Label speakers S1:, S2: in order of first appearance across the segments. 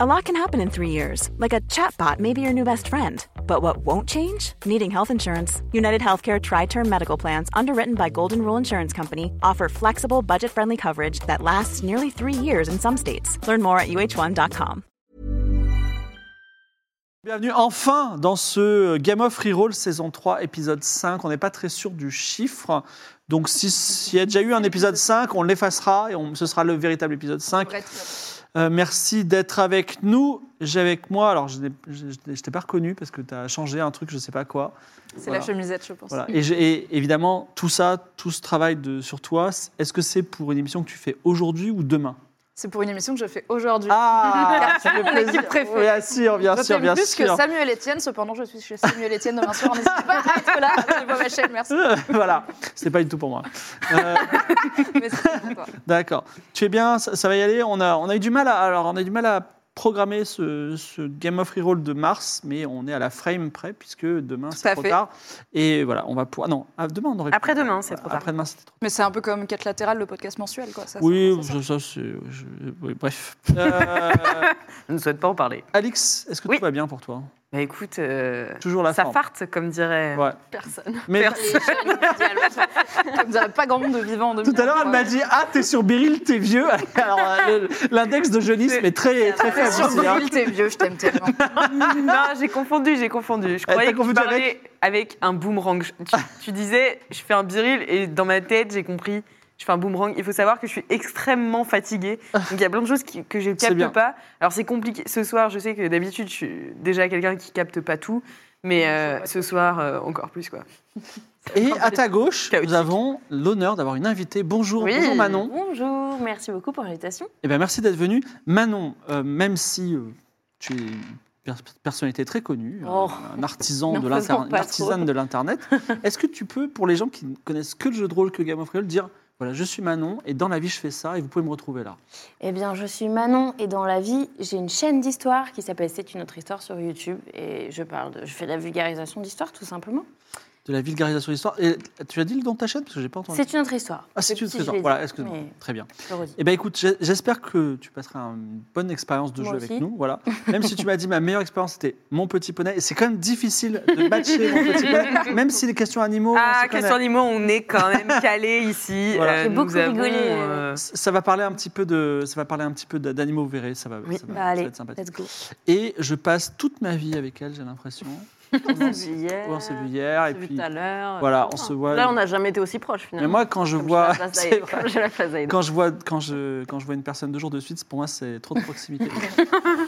S1: A lot can happen in three years, like a chatbot may be your new best friend. But what won't change? Needing health insurance. United Healthcare Tri Term Medical Plans, underwritten by Golden Rule Insurance Company, offer flexible, budget friendly coverage that lasts nearly three years in some states. Learn more at uh1.com.
S2: Bienvenue enfin dans ce Game of Reroll saison 3, épisode 5. On n'est pas très sûr du chiffre. Donc, s'il si y a déjà eu un épisode 5, on l'effacera et on, ce sera le véritable épisode 5. Euh, merci d'être avec nous. J'ai avec moi, alors je ne t'ai pas reconnu parce que tu as changé un truc, je ne sais pas quoi.
S3: C'est voilà. la chemisette, je pense.
S2: Voilà. Et, et, évidemment, tout ça, tout ce travail de, sur toi, est-ce que c'est pour une émission que tu fais aujourd'hui ou demain
S3: c'est pour une émission que je fais aujourd'hui.
S2: Ah,
S3: c'est mon équipe préférée.
S2: Bien sûr, bien
S3: je
S2: sûr, bien
S3: plus
S2: sûr.
S3: que Samuel Etienne, cependant, je suis chez Samuel Etienne demain soir. N'hésitez pas à être là, je vois ma chaîne, merci.
S2: voilà, c'est pas du tout pour moi.
S3: Euh... Mais c'est pour toi.
S2: D'accord. Tu es bien, ça, ça, va y aller. On a, on a eu du mal à, alors, on a eu du mal à programmer ce, ce Game of Reroll de mars, mais on est à la frame près puisque demain c'est trop fait. tard. Et voilà, on va pouvoir. Non, ah, demain on aurait.
S4: Après pu... demain, c'est trop tard.
S2: Après demain, c'était trop.
S3: Mais c'est un peu comme 4 latérales, le podcast mensuel, quoi. Ça,
S2: oui,
S3: ça,
S2: ça, c'est. Je... Oui, bref.
S4: Euh... Je ne souhaite pas en parler.
S2: Alex, est-ce que
S4: oui.
S2: tout va bien pour toi
S4: bah écoute, euh,
S2: Toujours la
S4: ça
S2: forme.
S4: parte, comme dirait
S2: ouais.
S3: personne.
S4: Mais
S3: personne. comme dirait pas grand monde de vivant en 2020.
S2: Tout à l'heure, elle m'a dit Ah, t'es sur Beryl, t'es vieux. Alors, euh, l'index de jeunisme est très, très faible.
S3: Sur
S2: ici, hein.
S3: Bril, t'es vieux, je t'aime tellement.
S4: non, j'ai confondu, j'ai confondu. Je
S2: t'as
S4: croyais que
S2: confondu
S4: tu parlais avec, un boomerang. Je- Tu, tu disais, je fais un biril et dans ma tête, j'ai compris, je fais un boomerang. Il faut savoir que je suis extrêmement fatiguée. Donc il y a plein de choses qui- que je
S2: Ah. C'est bien.
S4: capte pas. Alors c'est compliqué. Ce soir, je sais que d'habitude, je suis déjà quelqu'un qui capte pas tout. Mais euh, ce soir, euh, encore plus, quoi.
S2: Et à ta gauche,
S4: Chaotique.
S2: nous avons l'honneur d'avoir une invitée. Bonjour,
S5: Oui.
S2: bonjour Manon.
S5: Bonjour, merci beaucoup pour l'invitation.
S2: Eh ben, merci d'être venue. Manon, euh, même si euh, tu es une pers- personnalité très connue, euh,
S5: Oh.
S2: un artisan
S5: N'en
S2: de l'inter-
S5: faisons
S2: une
S5: pas
S2: artisane
S5: trop.
S2: de l'Internet, est-ce que tu peux, pour les gens qui ne connaissent que le jeu de rôle que Game of Thrones, dire voilà, je suis Manon et dans la vie, je fais ça et vous pouvez me retrouver là
S5: Eh bien, je suis Manon et dans la vie, j'ai une chaîne d'histoire qui s'appelle C'est une autre histoire sur YouTube et je parle, de- je fais de la vulgarisation d'histoire tout simplement.
S2: De la vulgarisation de l'histoire. Et tu as dit le nom de ta chaîne Parce que j'ai pas entendu.
S5: C'est une autre histoire.
S2: Ah, c'est
S5: petit,
S2: une
S5: je
S2: trésor.
S5: l'ai dit,
S2: Voilà, excuse-moi.
S5: mais
S2: Très bien.
S5: je le redis.
S2: Eh ben écoute, j'ai- j'espère que tu passeras une bonne expérience de
S5: Moi
S2: jeu avec
S5: aussi.
S2: nous. Voilà. Même si tu m'as dit ma meilleure expérience c'était mon petit poney, et c'est quand même difficile de matcher mon petit poney, même si les questions animaux. on
S4: Ah,
S2: s'y connaît.
S4: question animaux, on est quand même calé ici.
S2: Voilà.
S5: J'ai
S4: nous
S5: beaucoup
S4: avons,
S5: rigolé,
S4: euh,
S2: Ça va parler un petit peu de, ça va parler un petit peu d'a- d'animaux, vous verrez, ça va,
S4: Oui.
S2: ça va-
S5: Bah,
S2: ça va
S5: allez,
S2: être sympathique.
S5: let's go.
S2: Et je passe toute ma vie avec elle, j'ai l'impression.
S5: On s'est vu hier,
S2: On s'est vu hier, et
S5: on s'est euh, vu
S2: puis
S5: tout à l'heure.
S2: voilà, on se voit.
S5: euh, oh. Là, on n'a jamais été aussi proches
S2: Mais
S5: finalement.
S2: moi, quand je
S5: Comme
S2: vois,
S5: j'ai la place
S2: c'est
S5: d'Aïda-
S2: vrai.
S5: comme j'ai la place d'Aïda.
S2: Quand je vois, quand je, quand je vois une personne deux jours de suite, pour moi, c'est trop de proximité.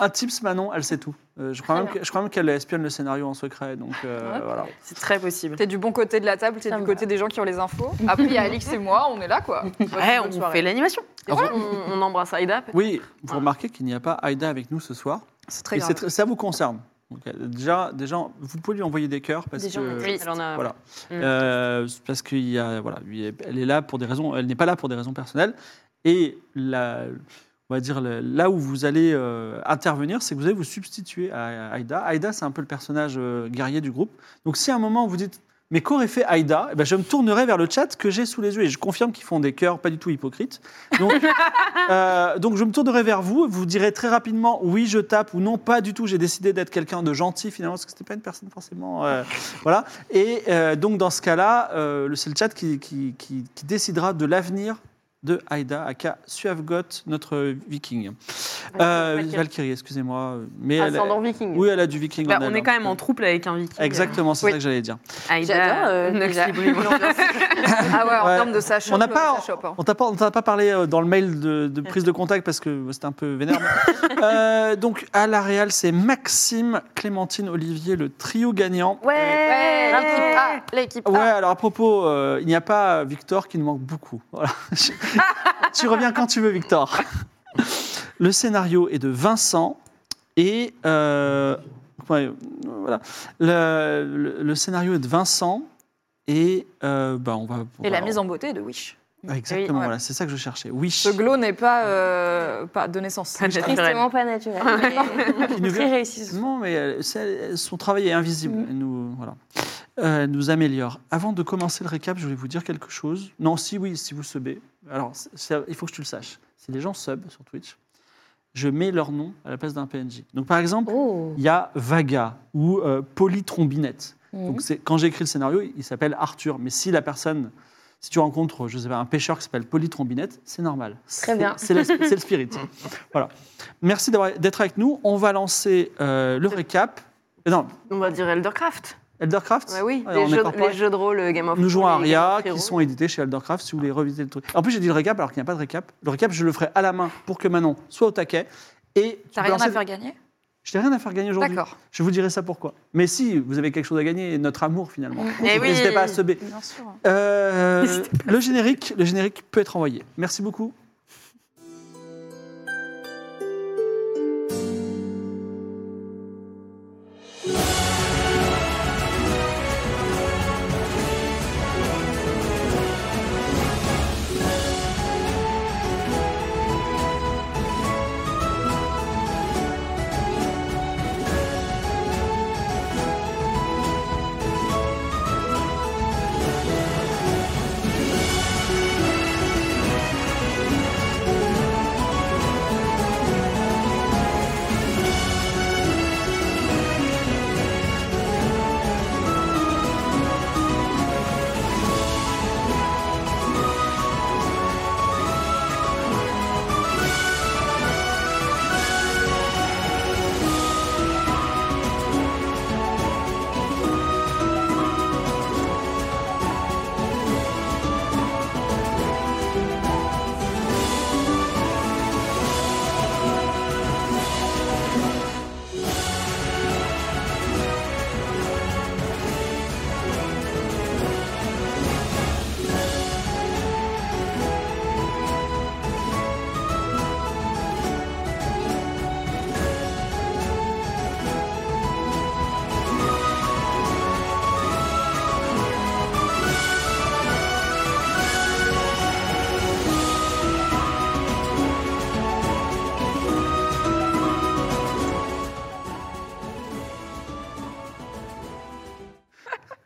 S2: Un tips, Manon, elle sait tout. Euh, je, crois même que- je crois même qu'elle espionne le scénario en secret. Donc, euh, voilà.
S4: C'est très possible.
S3: T'es du bon côté de la table, t'es
S5: Ça
S3: du
S5: me
S3: côté des gens qui ont les infos. Après, il y a Alix et moi, on est là, quoi.
S4: Ouais,
S3: Bonne
S4: on
S3: soirée.
S4: fait l'animation.
S5: Et voilà, on, on embrasse Aïda.
S2: Oui, vous
S5: Voilà.
S2: remarquez qu'il n'y a pas Aïda avec nous ce soir.
S3: C'est très
S2: et c'est
S3: grave.
S2: très- ça vous concerne. Donc, euh, déjà, déjà, vous pouvez lui envoyer des cœurs parce
S5: Des gens
S2: que.
S5: Oui.
S4: Elle en a-
S2: Voilà.
S4: Mm.
S2: Euh, c'est parce qu'il y a, voilà, lui, elle est là pour des raisons, elle n'est pas là pour des raisons personnelles. Et la, on va dire le- là où vous allez euh, intervenir, c'est que vous allez vous substituer à Aïda. Aïda, c'est un peu le personnage euh, guerrier du groupe. Donc si à un moment vous dites mais qu'aurait fait Aïda Eh ben, Je me tournerai vers le chat que j'ai sous les yeux et je confirme qu'ils font des cœurs pas du tout hypocrites. Donc, euh, donc je me tournerai vers vous, vous direz très rapidement oui, je tape ou non, pas du tout, j'ai décidé d'être quelqu'un de gentil finalement, parce que c'était pas une personne forcément. euh, voilà. Et euh, donc dans ce cas-là, euh, le- c'est le chat qui, qui- qui- qui décidera de l'avenir de Aïda, aka Suavgot, notre viking. Euh,
S5: Valkyrie.
S2: Valkyrie, excusez-moi. Mais elle,
S5: Ascendant viking.
S2: oui, elle a du viking.
S4: Bah,
S2: en
S4: on
S2: elle,
S4: est
S2: hein.
S4: quand même en trouple avec un viking.
S2: Exactement, c'est
S4: Oui.
S2: ça que j'allais dire.
S4: Aïda,
S5: J'adore, euh,
S4: Nox
S5: déjà.
S4: Libri, l'ambiance.
S3: Ah ouais, en
S2: Ouais.
S3: termes de sa
S2: On
S3: chope,
S2: n'a pas,
S3: ça chope, hein.
S2: on t'a pas, on t'a pas parlé euh, dans le mail de, de prise de contact parce que c'était un peu vénère. Euh, donc à la Real, c'est Maxime, Clémentine, Olivier, le trio gagnant.
S5: Ouais,
S3: Ouais.
S5: l'équipe A, l'équipe
S2: Ouais,
S5: A.
S2: alors à propos, euh, il n'y a pas Victor qui nous manque beaucoup. Voilà. tu reviens quand tu veux, Victor. Le scénario est de Vincent et euh, ouais, voilà. Le, le- le scénario est de Vincent et euh, bah, on va. on
S3: Et la
S2: va-
S3: mise en beauté de Wish.
S2: Ah, Exactement,
S5: Oui,
S3: ouais.
S2: voilà, c'est ça que je cherchais. Oui.
S3: Ce glow n'est pas, euh, pas de naissance.
S4: Pas de-
S5: Tristement pas naturel.
S2: Qui
S5: mais
S2: nous-
S5: Très réussi. ce soir.
S2: Non, mais euh, elle- c'est- elle- son travail est invisible. Elle nous, voilà. Euh, elle nous améliore. Avant de commencer le récap, je voulais vous dire quelque chose. Non, si oui, si vous subez. Alors, c'est- c'est- il faut que tu le saches. Si les gens sub sur Twitch, je mets leur nom à la place d'un PNJ. Donc par exemple,
S5: Oh.
S2: il y a Vaga ou euh, Polytrombinette.
S5: Mhm.
S2: Donc c'est quand j'ai écrit le scénario, il s'appelle Arthur. Mais si la personne, si tu rencontres, je sais pas, un pêcheur qui s'appelle Polytrombinette, c'est normal. C'est-
S5: bien.
S2: C'est le, c'est le spirit.
S6: Mhm.
S2: voilà. Merci d'avoir- d'être avec nous. On va lancer euh, le récap. Euh, Non,
S6: On va dire Eldercraft.
S2: Eldercraft.
S6: Ouais, Bah oui,
S2: Ouais, on
S6: les,
S2: est
S6: jeux,
S2: corporate.
S6: les jeux de rôle euh, Game of
S2: Nous jouons à
S6: Thrones et Ah. Game of
S2: Aria, qui
S6: Heroes.
S2: sont édités chez Eldercraft, si vous voulez revisiter le truc. En plus, j'ai dit le récap alors qu'il n'y a pas de récap. Le récap, je le ferai à la main pour que Manon soit au taquet. Et tu
S3: T'as
S2: peux
S3: rien à
S2: lancer-
S3: faire gagner
S2: Je n'ai rien à faire gagner aujourd'hui.
S3: D'accord.
S2: Je vous dirai ça pourquoi. Mais si, vous avez quelque chose à gagner, notre amour finalement.
S6: Eh
S2: Donc,
S6: oui.
S2: N'hésitez pas à se
S3: Bien sûr.
S2: euh, le générique, le générique peut être envoyé. Merci beaucoup.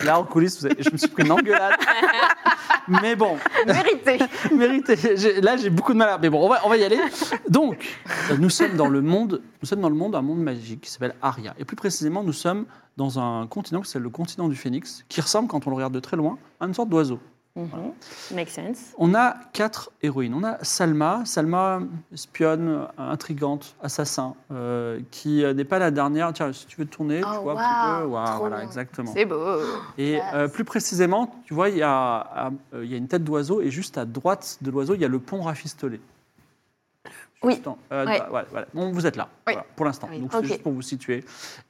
S2: Là en coulisses, vous avez- je me suis pris une engueulade. Mais bon,
S6: Mérité.
S2: mérité. J'ai- Là, j'ai beaucoup de mal. à- Mais bon, on va, on va y aller. Donc, euh, nous sommes dans le monde, nous sommes dans le monde, un monde magique qui s'appelle Aria. Et plus précisément, nous sommes dans un continent qui s'appelle le continent du Phénix, qui ressemble, quand on le regarde de très loin, à une sorte d'oiseau.
S5: Mhm. Make sense.
S2: On a quatre héroïnes. On a Salma, Salma espionne, euh, intrigante, assassin, euh, qui euh, n'est pas la dernière. Tiens, si tu veux te tourner, tu
S5: Oh,
S2: vois un petit
S5: waouh,
S2: peu. Waouh,
S5: trop
S2: voilà,
S5: bien.
S2: exactement.
S6: C'est beau.
S2: Et euh, plus précisément, tu vois, il y, a, à- euh, il y a une tête d'oiseau et juste à droite de l'oiseau, il y a le pont rafistolé.
S5: Oui.
S2: Juste en- euh,
S5: Ouais.
S2: bah, voilà, voilà. Bon, vous êtes là,
S6: Oui.
S2: voilà, pour l'instant.
S6: Oui.
S2: Donc, c'est
S5: Ok.
S2: juste pour vous situer.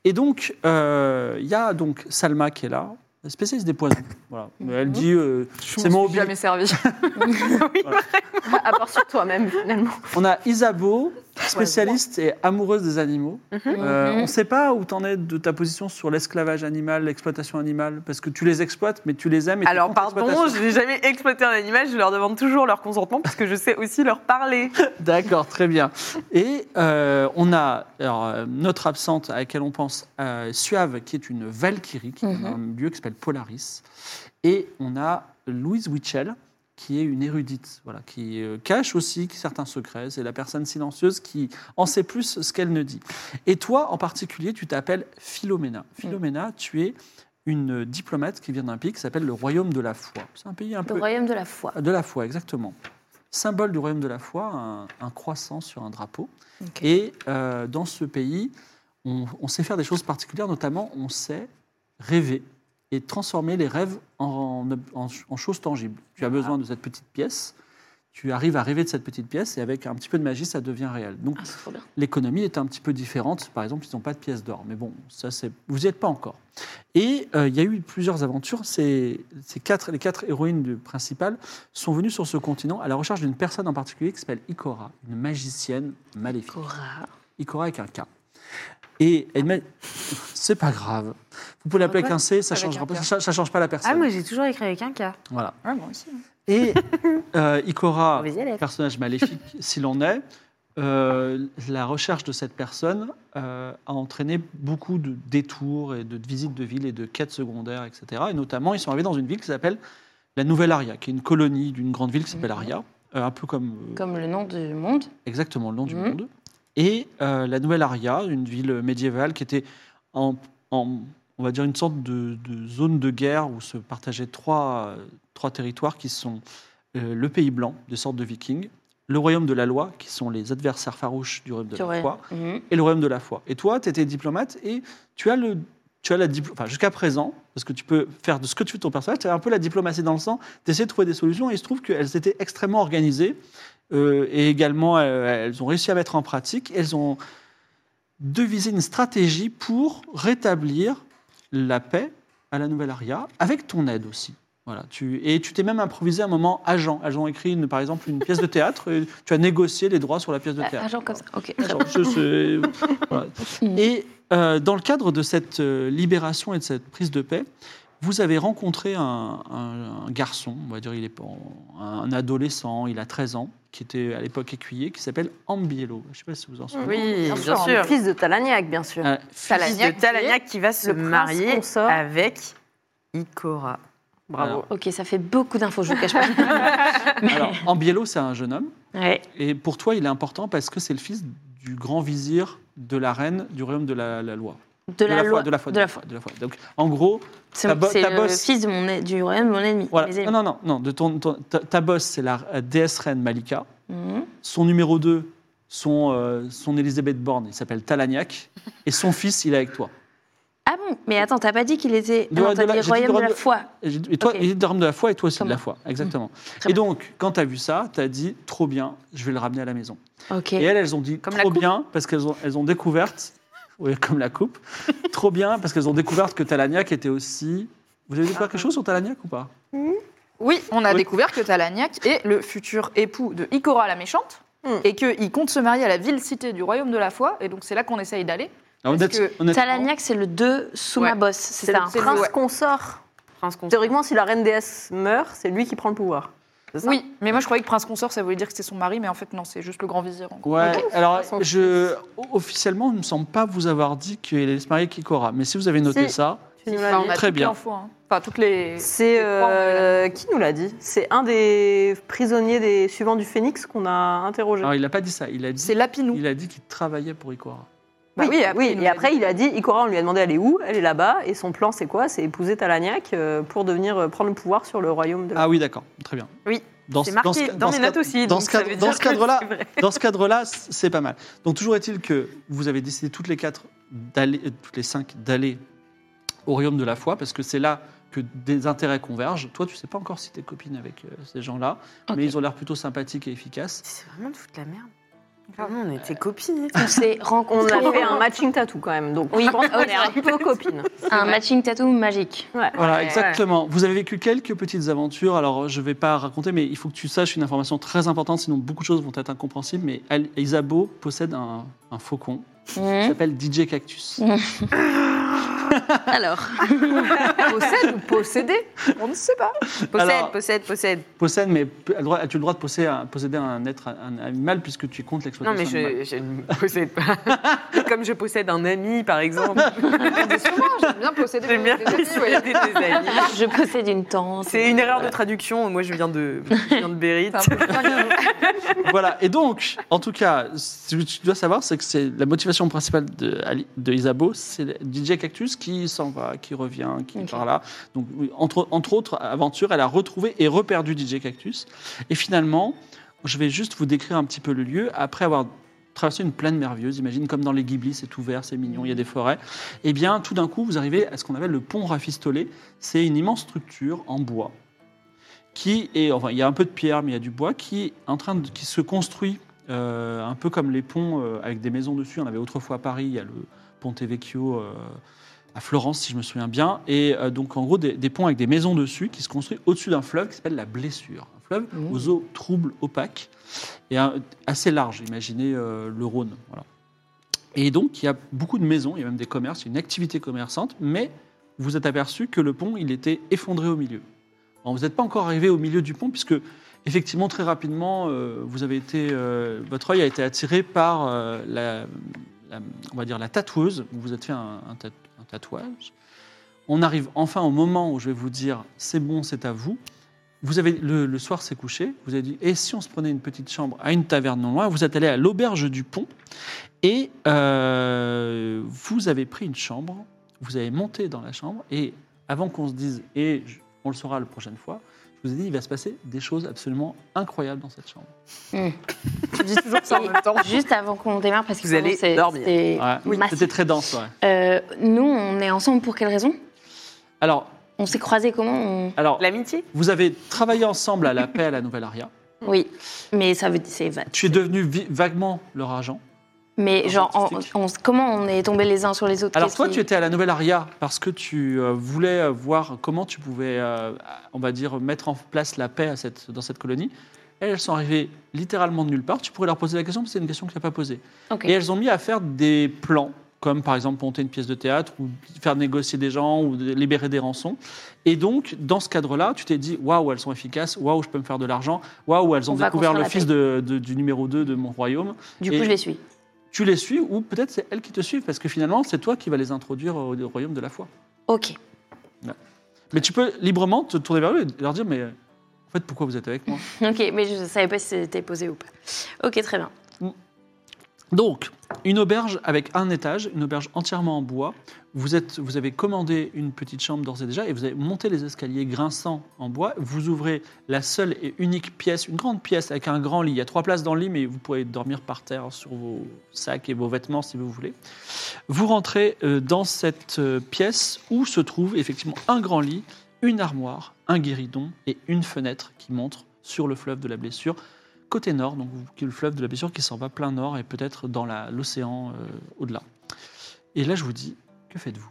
S2: Et donc, euh, il y a donc Salma qui est là, spécialiste des poisons. Voilà. Elle dit, euh, c'est mon hobby.
S3: Jamais servi.
S6: À part sur toi-même, finalement.
S2: On a Isabeau, spécialiste et amoureuse des animaux. Euh,
S5: Mhm.
S2: On ne sait pas où t'en es de ta position sur l'esclavage animal, l'exploitation animale, parce que tu les exploites, mais tu les aimes. Et t'es
S4: Alors
S2: contre
S4: pardon,
S2: l'exploitation.
S4: je n'ai jamais exploité un animal, je leur demande toujours leur consentement parce que je sais aussi leur parler.
S2: D'accord, très bien. Et euh, on a alors, euh, notre absente à laquelle on pense, euh, Suave, qui est une Valkyrie, qui est
S5: Mhm.
S2: dans un lieu qui s'appelle Polaris. Et on a Louise Witchell, qui est une érudite, voilà, qui euh, cache aussi certains secrets. C'est la personne silencieuse qui en sait plus ce qu'elle ne dit. Et toi, en particulier, tu t'appelles Philomena.
S5: Mm.
S2: Philomena, tu es une diplomate qui vient d'un pays qui s'appelle le Royaume de la Foi. C'est un pays un
S5: Le
S2: peu
S5: royaume de la foi.
S2: de la foi, exactement. Symbole du royaume de la foi, un, un croissant sur un drapeau.
S3: Ok.
S2: Et euh, dans ce pays, on, on sait faire des choses particulières, notamment on sait rêver et transformer les rêves en, en- en- en choses tangibles.
S5: Ah.
S2: Tu as besoin de cette petite pièce, tu arrives à rêver de cette petite pièce et avec un petit peu de magie, ça devient réel. Donc
S5: Ah, c'est trop bien.
S2: l'économie est un petit peu différente. Par exemple, ils n'ont pas de pièces d'or. Mais bon, ça, c'est... vous n'y êtes pas encore. Et euh, il y a eu plusieurs aventures. Ces, ces quatre, les quatre héroïnes du- principales sont venues sur ce continent à la recherche d'une personne en particulier qui s'appelle Ikora, une magicienne maléfique.
S5: Cora.
S2: Ikora avec un K. Et elle m'a- c'est pas grave. Vous pouvez l'appeler avec un C, ça
S3: Avec
S2: changera
S3: un
S2: pas,
S3: K. Ah,
S2: ça, ça change pas la personne.
S5: j'ai toujours écrit avec un K.
S2: Voilà.
S3: Ouais, moi aussi. hein.
S2: Et euh, Ikora,
S5: Mauvais élève.
S2: personnage maléfique, s'il en est, euh, la recherche de cette personne euh, a entraîné beaucoup de détours et de visites de villes et de quêtes secondaires, etc. Et notamment, ils sont arrivés dans une ville qui s'appelle la Nouvelle Aria, qui est une colonie d'une grande ville qui s'appelle Aria, euh, un peu comme, euh,
S5: Comme le nom du monde.
S2: exactement le nom du
S5: Mhm.
S2: monde. et euh, la nouvelle Aria, une ville médiévale qui était en, en- on va dire une sorte de, de zone de guerre où se partageaient trois, euh, trois territoires qui sont euh, le Pays Blanc, des sortes de vikings, le Royaume de la Loi, qui sont les adversaires farouches du Royaume de la Loi,
S5: Mhm.
S2: et le royaume de la foi. Et toi, tu étais diplomate et tu as le tu as la diplo- enfin jusqu'à présent parce que tu peux faire de ce que tu veux de ton personnage, tu as un peu la diplomatie dans le sang, tu essaies de trouver des solutions et il se trouve qu'elles étaient extrêmement organisées euh, et également euh, elles ont réussi à mettre en pratique, elles ont devisé une stratégie pour rétablir la paix à la nouvelle aria avec ton aide aussi. Voilà, tu, et tu t'es même improvisé un moment agent. Elles ont écrit, une- par exemple, une pièce de théâtre. et tu as négocié les droits sur la pièce de théâtre.
S5: Bah, Agent comme ça. Ok.
S2: Genre, je sais- voilà. Et euh, dans le cadre de cette euh, libération et de cette prise de paix, vous avez rencontré un, un- un garçon, on va dire il est pas- un adolescent, il a 13 ans, qui était à l'époque écuyer, qui s'appelle Ambiello. Je ne sais pas si vous en souvenez.
S4: Oui, bien sûr.
S6: Le fils de Talagnac, bien sûr.
S2: Euh,
S4: Fils de
S3: Talagnac,
S4: Talagnac qui va se
S6: le prince
S4: marier
S6: consort.
S4: avec Ikora. Bravo.
S2: Alors.
S5: Ok, ça fait beaucoup d'infos, je vous cache pas.
S2: alors, Ambiello, c'est un jeune homme.
S5: Ouais.
S2: Et pour toi, il est important parce que c'est le fils du grand vizir de la reine du royaume de la, la loi.
S5: De la,
S2: foi,
S5: loi.
S2: de la foi.
S5: De la foi.
S2: de la foi. Donc, en gros,
S5: C'est
S2: Ta bo-
S5: c'est
S2: ta
S5: le
S2: bosse.
S5: fils de mon, en- du royaume de mon ennemi.
S2: voilà.
S5: mes ennemis.
S2: Non, non, non, non, de ton, ton- ta, ta boss, c'est la euh, déesse reine Malika.
S5: Mhm.
S2: Son numéro 2, son, euh, son Elisabeth Borne, il s'appelle Talagnac. Et son fils, il est avec toi.
S5: Ah bon Mais attends, t'as pas dit qu'il était.
S2: De-
S5: non,
S2: de
S5: t'as
S2: la-
S5: dit
S2: j'ai dit
S5: royaume
S2: du
S5: de la
S2: royaume de-
S5: foi.
S2: Et j'ai- et toi,
S5: Ok.
S2: il est de l'arme de la foi et toi aussi de la
S5: Comment
S2: foi. Exactement.
S5: Très
S2: Et
S5: bien.
S2: donc, quand tu as vu ça, tu as dit trop bien, je vais le ramener à la maison.
S5: Ok.
S2: Et elles, elles ont dit
S4: Comme la
S2: trop
S4: coupe.
S2: bien parce qu'elles ont, elles ont découvert, oui, comme la coupe, trop bien parce qu'elles ont découvert que Talagnac était aussi. Vous avez découvert quelque chose sur Talagnac ou pas
S3: Oui, on a
S2: Oui.
S3: découvert que Talagnac est le futur époux de Ikora la méchante
S4: Hmm.
S3: et qu'il compte se marier à la ville-cité du royaume de la foi. Et donc c'est là qu'on essaye d'aller.
S2: Alors,
S3: Parce
S2: honnête-
S3: que
S2: honnêtement,
S5: Talagnac, c'est le 2 sous ma
S3: Ouais.
S5: bosse, c'est
S6: C'est le
S5: ça
S3: c'est le-
S6: prince
S3: ouais.
S6: consort.
S4: Prince consort.
S6: Théoriquement, si la reine déesse meurt, c'est lui qui prend le pouvoir. C'est ça
S3: Oui, mais moi je croyais que prince consort ça voulait dire que c'était son mari, mais en fait non, c'est juste le grand vizir. en gros.
S2: Ouais, alors
S6: façon,
S2: je, officiellement, il ne me semble pas vous avoir dit qu'il allait se marier avec Ikora, mais si vous avez noté
S6: Si.
S2: ça,
S6: Tu nous l'as
S3: Enfin,
S6: dit.
S3: on a
S2: Très
S3: toutes
S2: bien.
S3: les infos, hein. Enfin, toutes les.
S6: C'est
S3: les trois, on les a.
S6: euh, qui nous l'a dit C'est un des prisonniers des suivants du Phénix qu'on a interrogé.
S2: alors il n'a pas dit ça, il a dit
S3: C'est Lapinou.
S2: Il a dit qu'il travaillait pour Ikora.
S6: Bah
S3: Oui,
S6: oui,
S3: après,
S6: oui,
S3: il nous
S6: et
S3: l'a
S6: après
S3: dit.
S6: il a dit Ikora, on lui a demandé elle est où, elle est là-bas, et son plan c'est quoi C'est épouser Talagnac euh, pour devenir euh, prendre le pouvoir sur le royaume de.
S2: Ah oui, d'accord, très bien.
S4: Oui,
S2: dans,
S4: C'est
S2: ce-
S4: marqué
S2: dans ce-
S4: dans,
S2: dans ce
S4: mes
S2: cadre-
S4: notes aussi.
S2: Dans
S4: donc
S2: ce
S4: ça
S2: cadre-
S4: veut
S2: dans
S4: dire
S2: ce
S4: que
S2: cadre-là,
S4: c'est vrai.
S2: dans ce cadre-là, c- c'est pas mal. Donc toujours est-il que vous avez décidé toutes les quatre d'aller, euh, toutes les cinq d'aller au royaume de la foi parce que c'est là que des intérêts convergent. Toi, tu sais pas encore si t'es copine avec euh, ces gens-là, mais ils ont l'air plutôt sympathiques et efficaces.
S4: C'est vraiment de foutre la merde. Vraiment, on était copines.
S5: On s'est
S6: On
S5: rencontrés.
S6: a fait un matching tattoo quand même, donc
S5: Oui,
S6: je pense qu'on
S5: oui,
S6: est un peu copines.
S5: un matching tattoo magique.
S2: Voilà,
S4: Ouais.
S2: exactement. Vous avez vécu quelques petites aventures. Alors, je ne vais pas raconter, mais il faut que tu saches une information très importante, sinon beaucoup de choses vont être incompréhensibles. Mais Al- Isabeau possède un, un faucon
S4: Hein
S2: qui
S5: Mhm.
S2: s'appelle DJ Cactus.
S5: Alors,
S3: Possède ou posséder On ne sait pas.
S4: Possède,
S2: Alors-
S4: possède, possède.
S2: Possède, mais p- a le droit- as-tu le droit de posséder un, posséder un être, un animal, puisque tu comptes
S4: Non,
S2: l'exploitation
S4: mais
S2: animale.
S4: je, je ne possède pas. Comme je possède un ami, par exemple.
S3: Mais souvent, j'aime bien posséder
S4: J'aime bien
S3: des amis, ouais.
S4: posséder des amis.
S5: je possède une tente.
S4: C'est une erreur de traduction. Moi, je viens de, je viens de Berry.
S3: C'est un peu hein. dingue.
S2: Voilà, et donc, en tout cas, ce que tu dois savoir, c'est que c'est la motivation principale de, Ali- de Isabeau, c'est le DJ Cactus qui s'en va, qui revient, qui est
S5: Ok.
S2: par là. Donc, oui, entre, entre autres aventures, elle a retrouvé et reperdu DJ Cactus. Et finalement, je vais juste vous décrire un petit peu le lieu. Après avoir traversé une plaine merveilleuse, imagine comme dans les Ghibli, c'est tout vert, c'est mignon, il y a des forêts. Eh bien, tout d'un coup, vous arrivez à ce qu'on appelle le pont rafistolé. C'est une immense structure en bois qui est, enfin, il y a un peu de pierre, mais il y a du bois qui est en train de, qui se construit euh, un peu comme les ponts euh, avec des maisons dessus. On avait autrefois à Paris, il y a le Ponte Vecchio euh, à Florence, si je me souviens bien. Et euh, donc, en gros, des, des ponts avec des maisons dessus qui se construisent au-dessus d'un fleuve qui s'appelle la Blessure. Un fleuve
S5: Mmh.
S2: aux eaux troubles, opaques et un- assez large. Imaginez euh, le Rhône. Voilà. Et donc, il y a beaucoup de maisons, il y a même des commerces, il y a une activité commerçante, mais vous êtes aperçu que le pont, il était effondré au milieu. Alors, vous n'êtes pas encore arrivé au milieu du pont, puisque effectivement, très rapidement, euh, vous avez été, euh, votre œil a été attiré par euh, la, la- on va dire, la tatoueuse. Vous vous êtes fait un, un tat- un tatouage. On arrive enfin au moment où je vais vous dire, c'est bon, c'est à vous. Vous avez, le, le soir s'est couché, vous avez dit, et si on se prenait une petite chambre à une taverne non loin, vous êtes allé à l'auberge du pont, et euh, vous avez pris une chambre, vous avez monté dans la chambre, et avant qu'on se dise, et je- on le saura la prochaine fois, je vous ai dit, il va se passer des choses absolument incroyables dans cette chambre.
S4: Je dis toujours ça en même temps.
S5: Juste avant qu'on démarre, parce que
S4: Vous
S5: vraiment,
S4: allez
S5: c'est-
S4: dormir.
S5: c'est
S2: Ouais.
S5: massif.
S2: C'était très dense, ouais.
S5: Euh, nous, on est ensemble pour quelle raison
S2: Alors,
S5: On s'est croisés comment on-
S2: alors
S4: L'amitié
S2: vous avez travaillé ensemble à la paix à la Nouvelle Aria.
S5: Oui, mais ça veut dire c'est vague.
S2: Tu es devenu vi- vaguement leur agent.
S5: Mais genre, on-
S2: artistique.
S5: on- comment on est tombés les uns sur les autres
S2: Alors
S5: Qu'est-ce
S2: toi,
S5: qui-
S2: tu étais à la Nouvelle Aria parce que tu euh, voulais euh, voir comment tu pouvais, euh, on va dire, mettre en place la paix à cette, dans cette colonie. Elles, elles sont arrivées littéralement de nulle part. Tu pourrais leur poser la question, mais c'est une question que tu n'as pas posée.
S5: Ok.
S2: Et elles ont mis à faire des plans, comme par exemple monter une pièce de théâtre, ou faire négocier des gens, ou de- libérer des rançons. Et donc, dans ce cadre-là, tu t'es dit, waouh, elles sont efficaces, waouh, je peux me faire de l'argent, waouh, elles ont
S5: On va
S2: découvert
S5: construire
S2: le
S5: la
S2: fils
S5: paix.
S2: de- de- du numéro 2 de mon royaume
S5: Du
S2: et-
S5: coup, je les suis.
S2: tu les suis ou peut-être c'est elles qui te suivent parce que finalement c'est toi qui vas les introduire au, au royaume de la foi.
S5: Ok.
S2: Mais tu peux librement te tourner vers eux et leur dire mais en fait pourquoi vous êtes avec moi
S5: Ok, mais je ne savais pas si c'était posé ou pas. Ok, très bien.
S2: Donc une auberge avec un étage, une auberge entièrement en bois. Vous êtes, vous avez commandé une petite chambre d'ores et déjà et vous avez monté les escaliers grinçants en bois. Vous ouvrez la seule et unique pièce, une grande pièce avec un grand lit. Il y a trois places dans le lit mais vous pouvez dormir par terre sur vos sacs et vos vêtements si vous voulez. Vous rentrez euh, dans cette euh, pièce où se trouve effectivement un grand lit, une armoire, un guéridon et une fenêtre qui montre sur le fleuve de la blessure, côté nord, donc vous- qui est le fleuve de la blessure qui s'en va plein nord et peut-être dans la- l'océan euh, au-delà. Et là, je vous dis, que faites-vous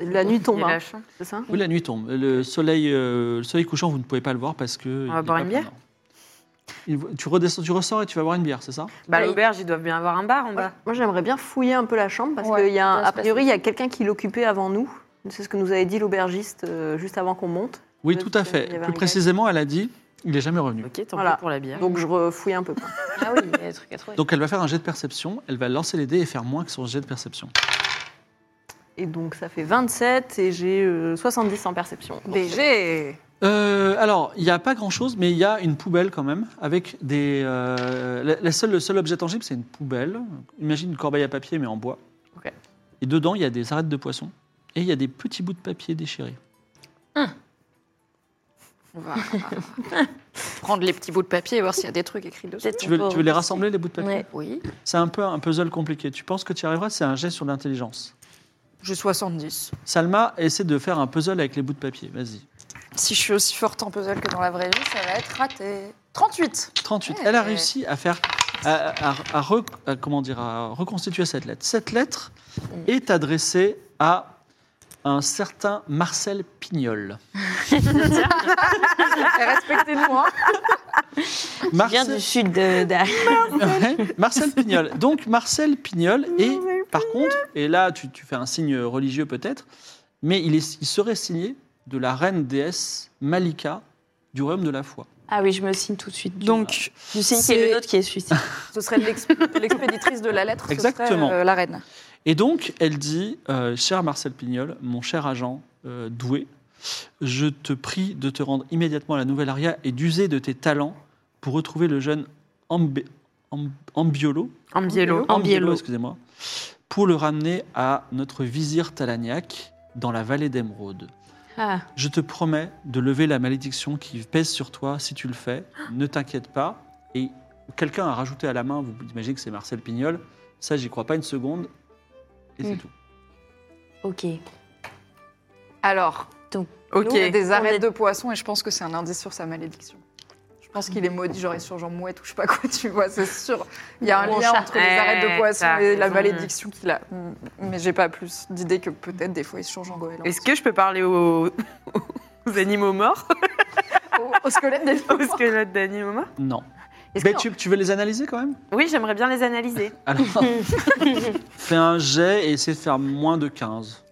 S6: La nuit tombe.
S4: Il y a
S6: hein,
S4: la chambre, c'est ça
S2: Oui, la nuit tombe. Le soleil, euh, le soleil couchant, vous ne pouvez pas le voir parce que. il
S4: va
S2: est
S4: boire
S2: pas
S4: une bière
S2: plein nord. Il va- tu, redescends, tu ressors et tu vas boire une bière, c'est ça
S4: Bah,
S6: Oui.
S4: l'auberge, ils doivent bien avoir un bar en bas.
S6: Moi, j'aimerais bien fouiller un peu la chambre parce
S5: Ouais,
S6: qu'il y a, un-
S5: ça se
S6: a priori, il y a quelqu'un qui l'occupait avant nous. C'est ce que nous avait dit l'aubergiste euh, juste avant qu'on monte.
S2: Oui,
S6: Parce
S2: tout à
S6: qu'il y
S2: fait.
S6: avait un
S2: Plus
S6: gars.
S2: précisément, elle a dit, il n'est jamais revenu.
S4: Ok, tant
S6: Voilà.
S4: pis pour la bière.
S6: Donc, je refouille un peu.
S5: Ah oui, il y a des trucs à trouver.
S2: Donc elle va faire un jet de perception, elle va lancer les dés et faire moins que son jet de perception.
S6: Et donc, ça fait 27 et j'ai euh, 70 en perception. Donc,
S4: BG
S2: Euh, alors, il n'y a pas grand-chose, mais il y a une poubelle quand même, avec des... euh, la, la seule, le seul objet tangible, c'est une poubelle. Imagine une corbeille à papier, mais en bois.
S4: Ok.
S2: Et dedans, il y a des arêtes de poisson, et il y a des petits bouts de papier déchirés.
S3: On va prendre les petits bouts de papier et voir s'il y a des trucs écrits dessus.
S5: Peut-être
S2: Tu
S5: on
S2: veux,
S5: peut
S2: tu veux les
S5: repasser.
S2: rassembler, les bouts de papier
S5: Ouais.
S3: Oui,
S2: C'est un peu un puzzle compliqué. Tu penses que tu y arriveras C'est un jet sur l'intelligence.
S3: j'ai 70.
S2: Salma essaie de faire un puzzle avec les bouts de papier. Vas-y.
S3: Si je suis aussi forte en puzzle que dans la vraie vie, ça va être raté. 38
S2: 38.
S3: Ouais.
S2: Elle a réussi à faire, à, à- à re- à- comment dire, à reconstituer cette lettre. Cette lettre
S3: Mm.
S2: est adressée à un certain Marcel
S3: Ah,
S2: Pignol.
S3: Respectez-nous, hein
S5: Je viens
S2: Marcel,
S5: du sud de. de-
S2: Ouais, Marcel Pignol. Donc Marcel Pignol est, par contre, et là tu, tu fais un signe religieux peut-être, mais il, est- il serait signé de la reine déesse Malika du royaume de la foi.
S5: Ah oui, je me signe tout de suite.
S3: Donc,
S5: je signe qu'il y a
S3: c'est-
S5: une autre qui est suicide.
S3: ce serait l'exp- l'expéditrice de la lettre, ce serait,
S2: Exactement.
S3: euh, la reine.
S2: Et donc, elle dit euh, Cher Marcel Pignol, mon cher agent euh, doué, je te prie de te rendre immédiatement à la Nouvelle Aria et d'user de tes talents pour retrouver le jeune Ambe- Am- Ambiolo,
S4: En biello.
S2: Ambiello, excusez-moi, pour le ramener à notre vizir Talagnac dans la vallée d'Émeraude.
S5: Ah.
S2: Je te promets de lever la malédiction qui pèse sur toi si tu le fais. Ne t'inquiète pas. Et quelqu'un a rajouté à la main, vous imaginez que c'est Marcel Pignol, ça j'y crois pas une seconde, et c'est
S4: Hmm.
S5: Mm.
S2: tout.
S5: Ok.
S2: euh,
S3: Alors,
S4: Ok.
S3: nous, on a des arêtes
S5: On est-
S3: de poisson et je pense que c'est un indice sur sa malédiction. Je pense qu'il est maudit, genre il est sur genre mouette ou je sais pas quoi, tu vois, c'est sûr. Il y a un
S5: Mon
S3: lien
S5: chat.
S3: entre les
S4: Ouais,
S3: arêtes de poisson
S4: t'as
S3: et la
S4: raison.
S3: malédiction qu'il a. Mm, Mais j'ai pas plus d'idée que peut-être des fois il se change en goéland.
S4: Est-ce que je peux parler aux, aux animaux morts
S3: Au, au squelette des
S4: Aux squelettes d'animaux morts
S2: Non.
S4: Est-ce
S2: Mais
S4: que-
S2: tu, tu veux les analyser quand même
S4: Oui, j'aimerais bien les analyser.
S2: Alors, fais un jet et essaie de faire moins de 15.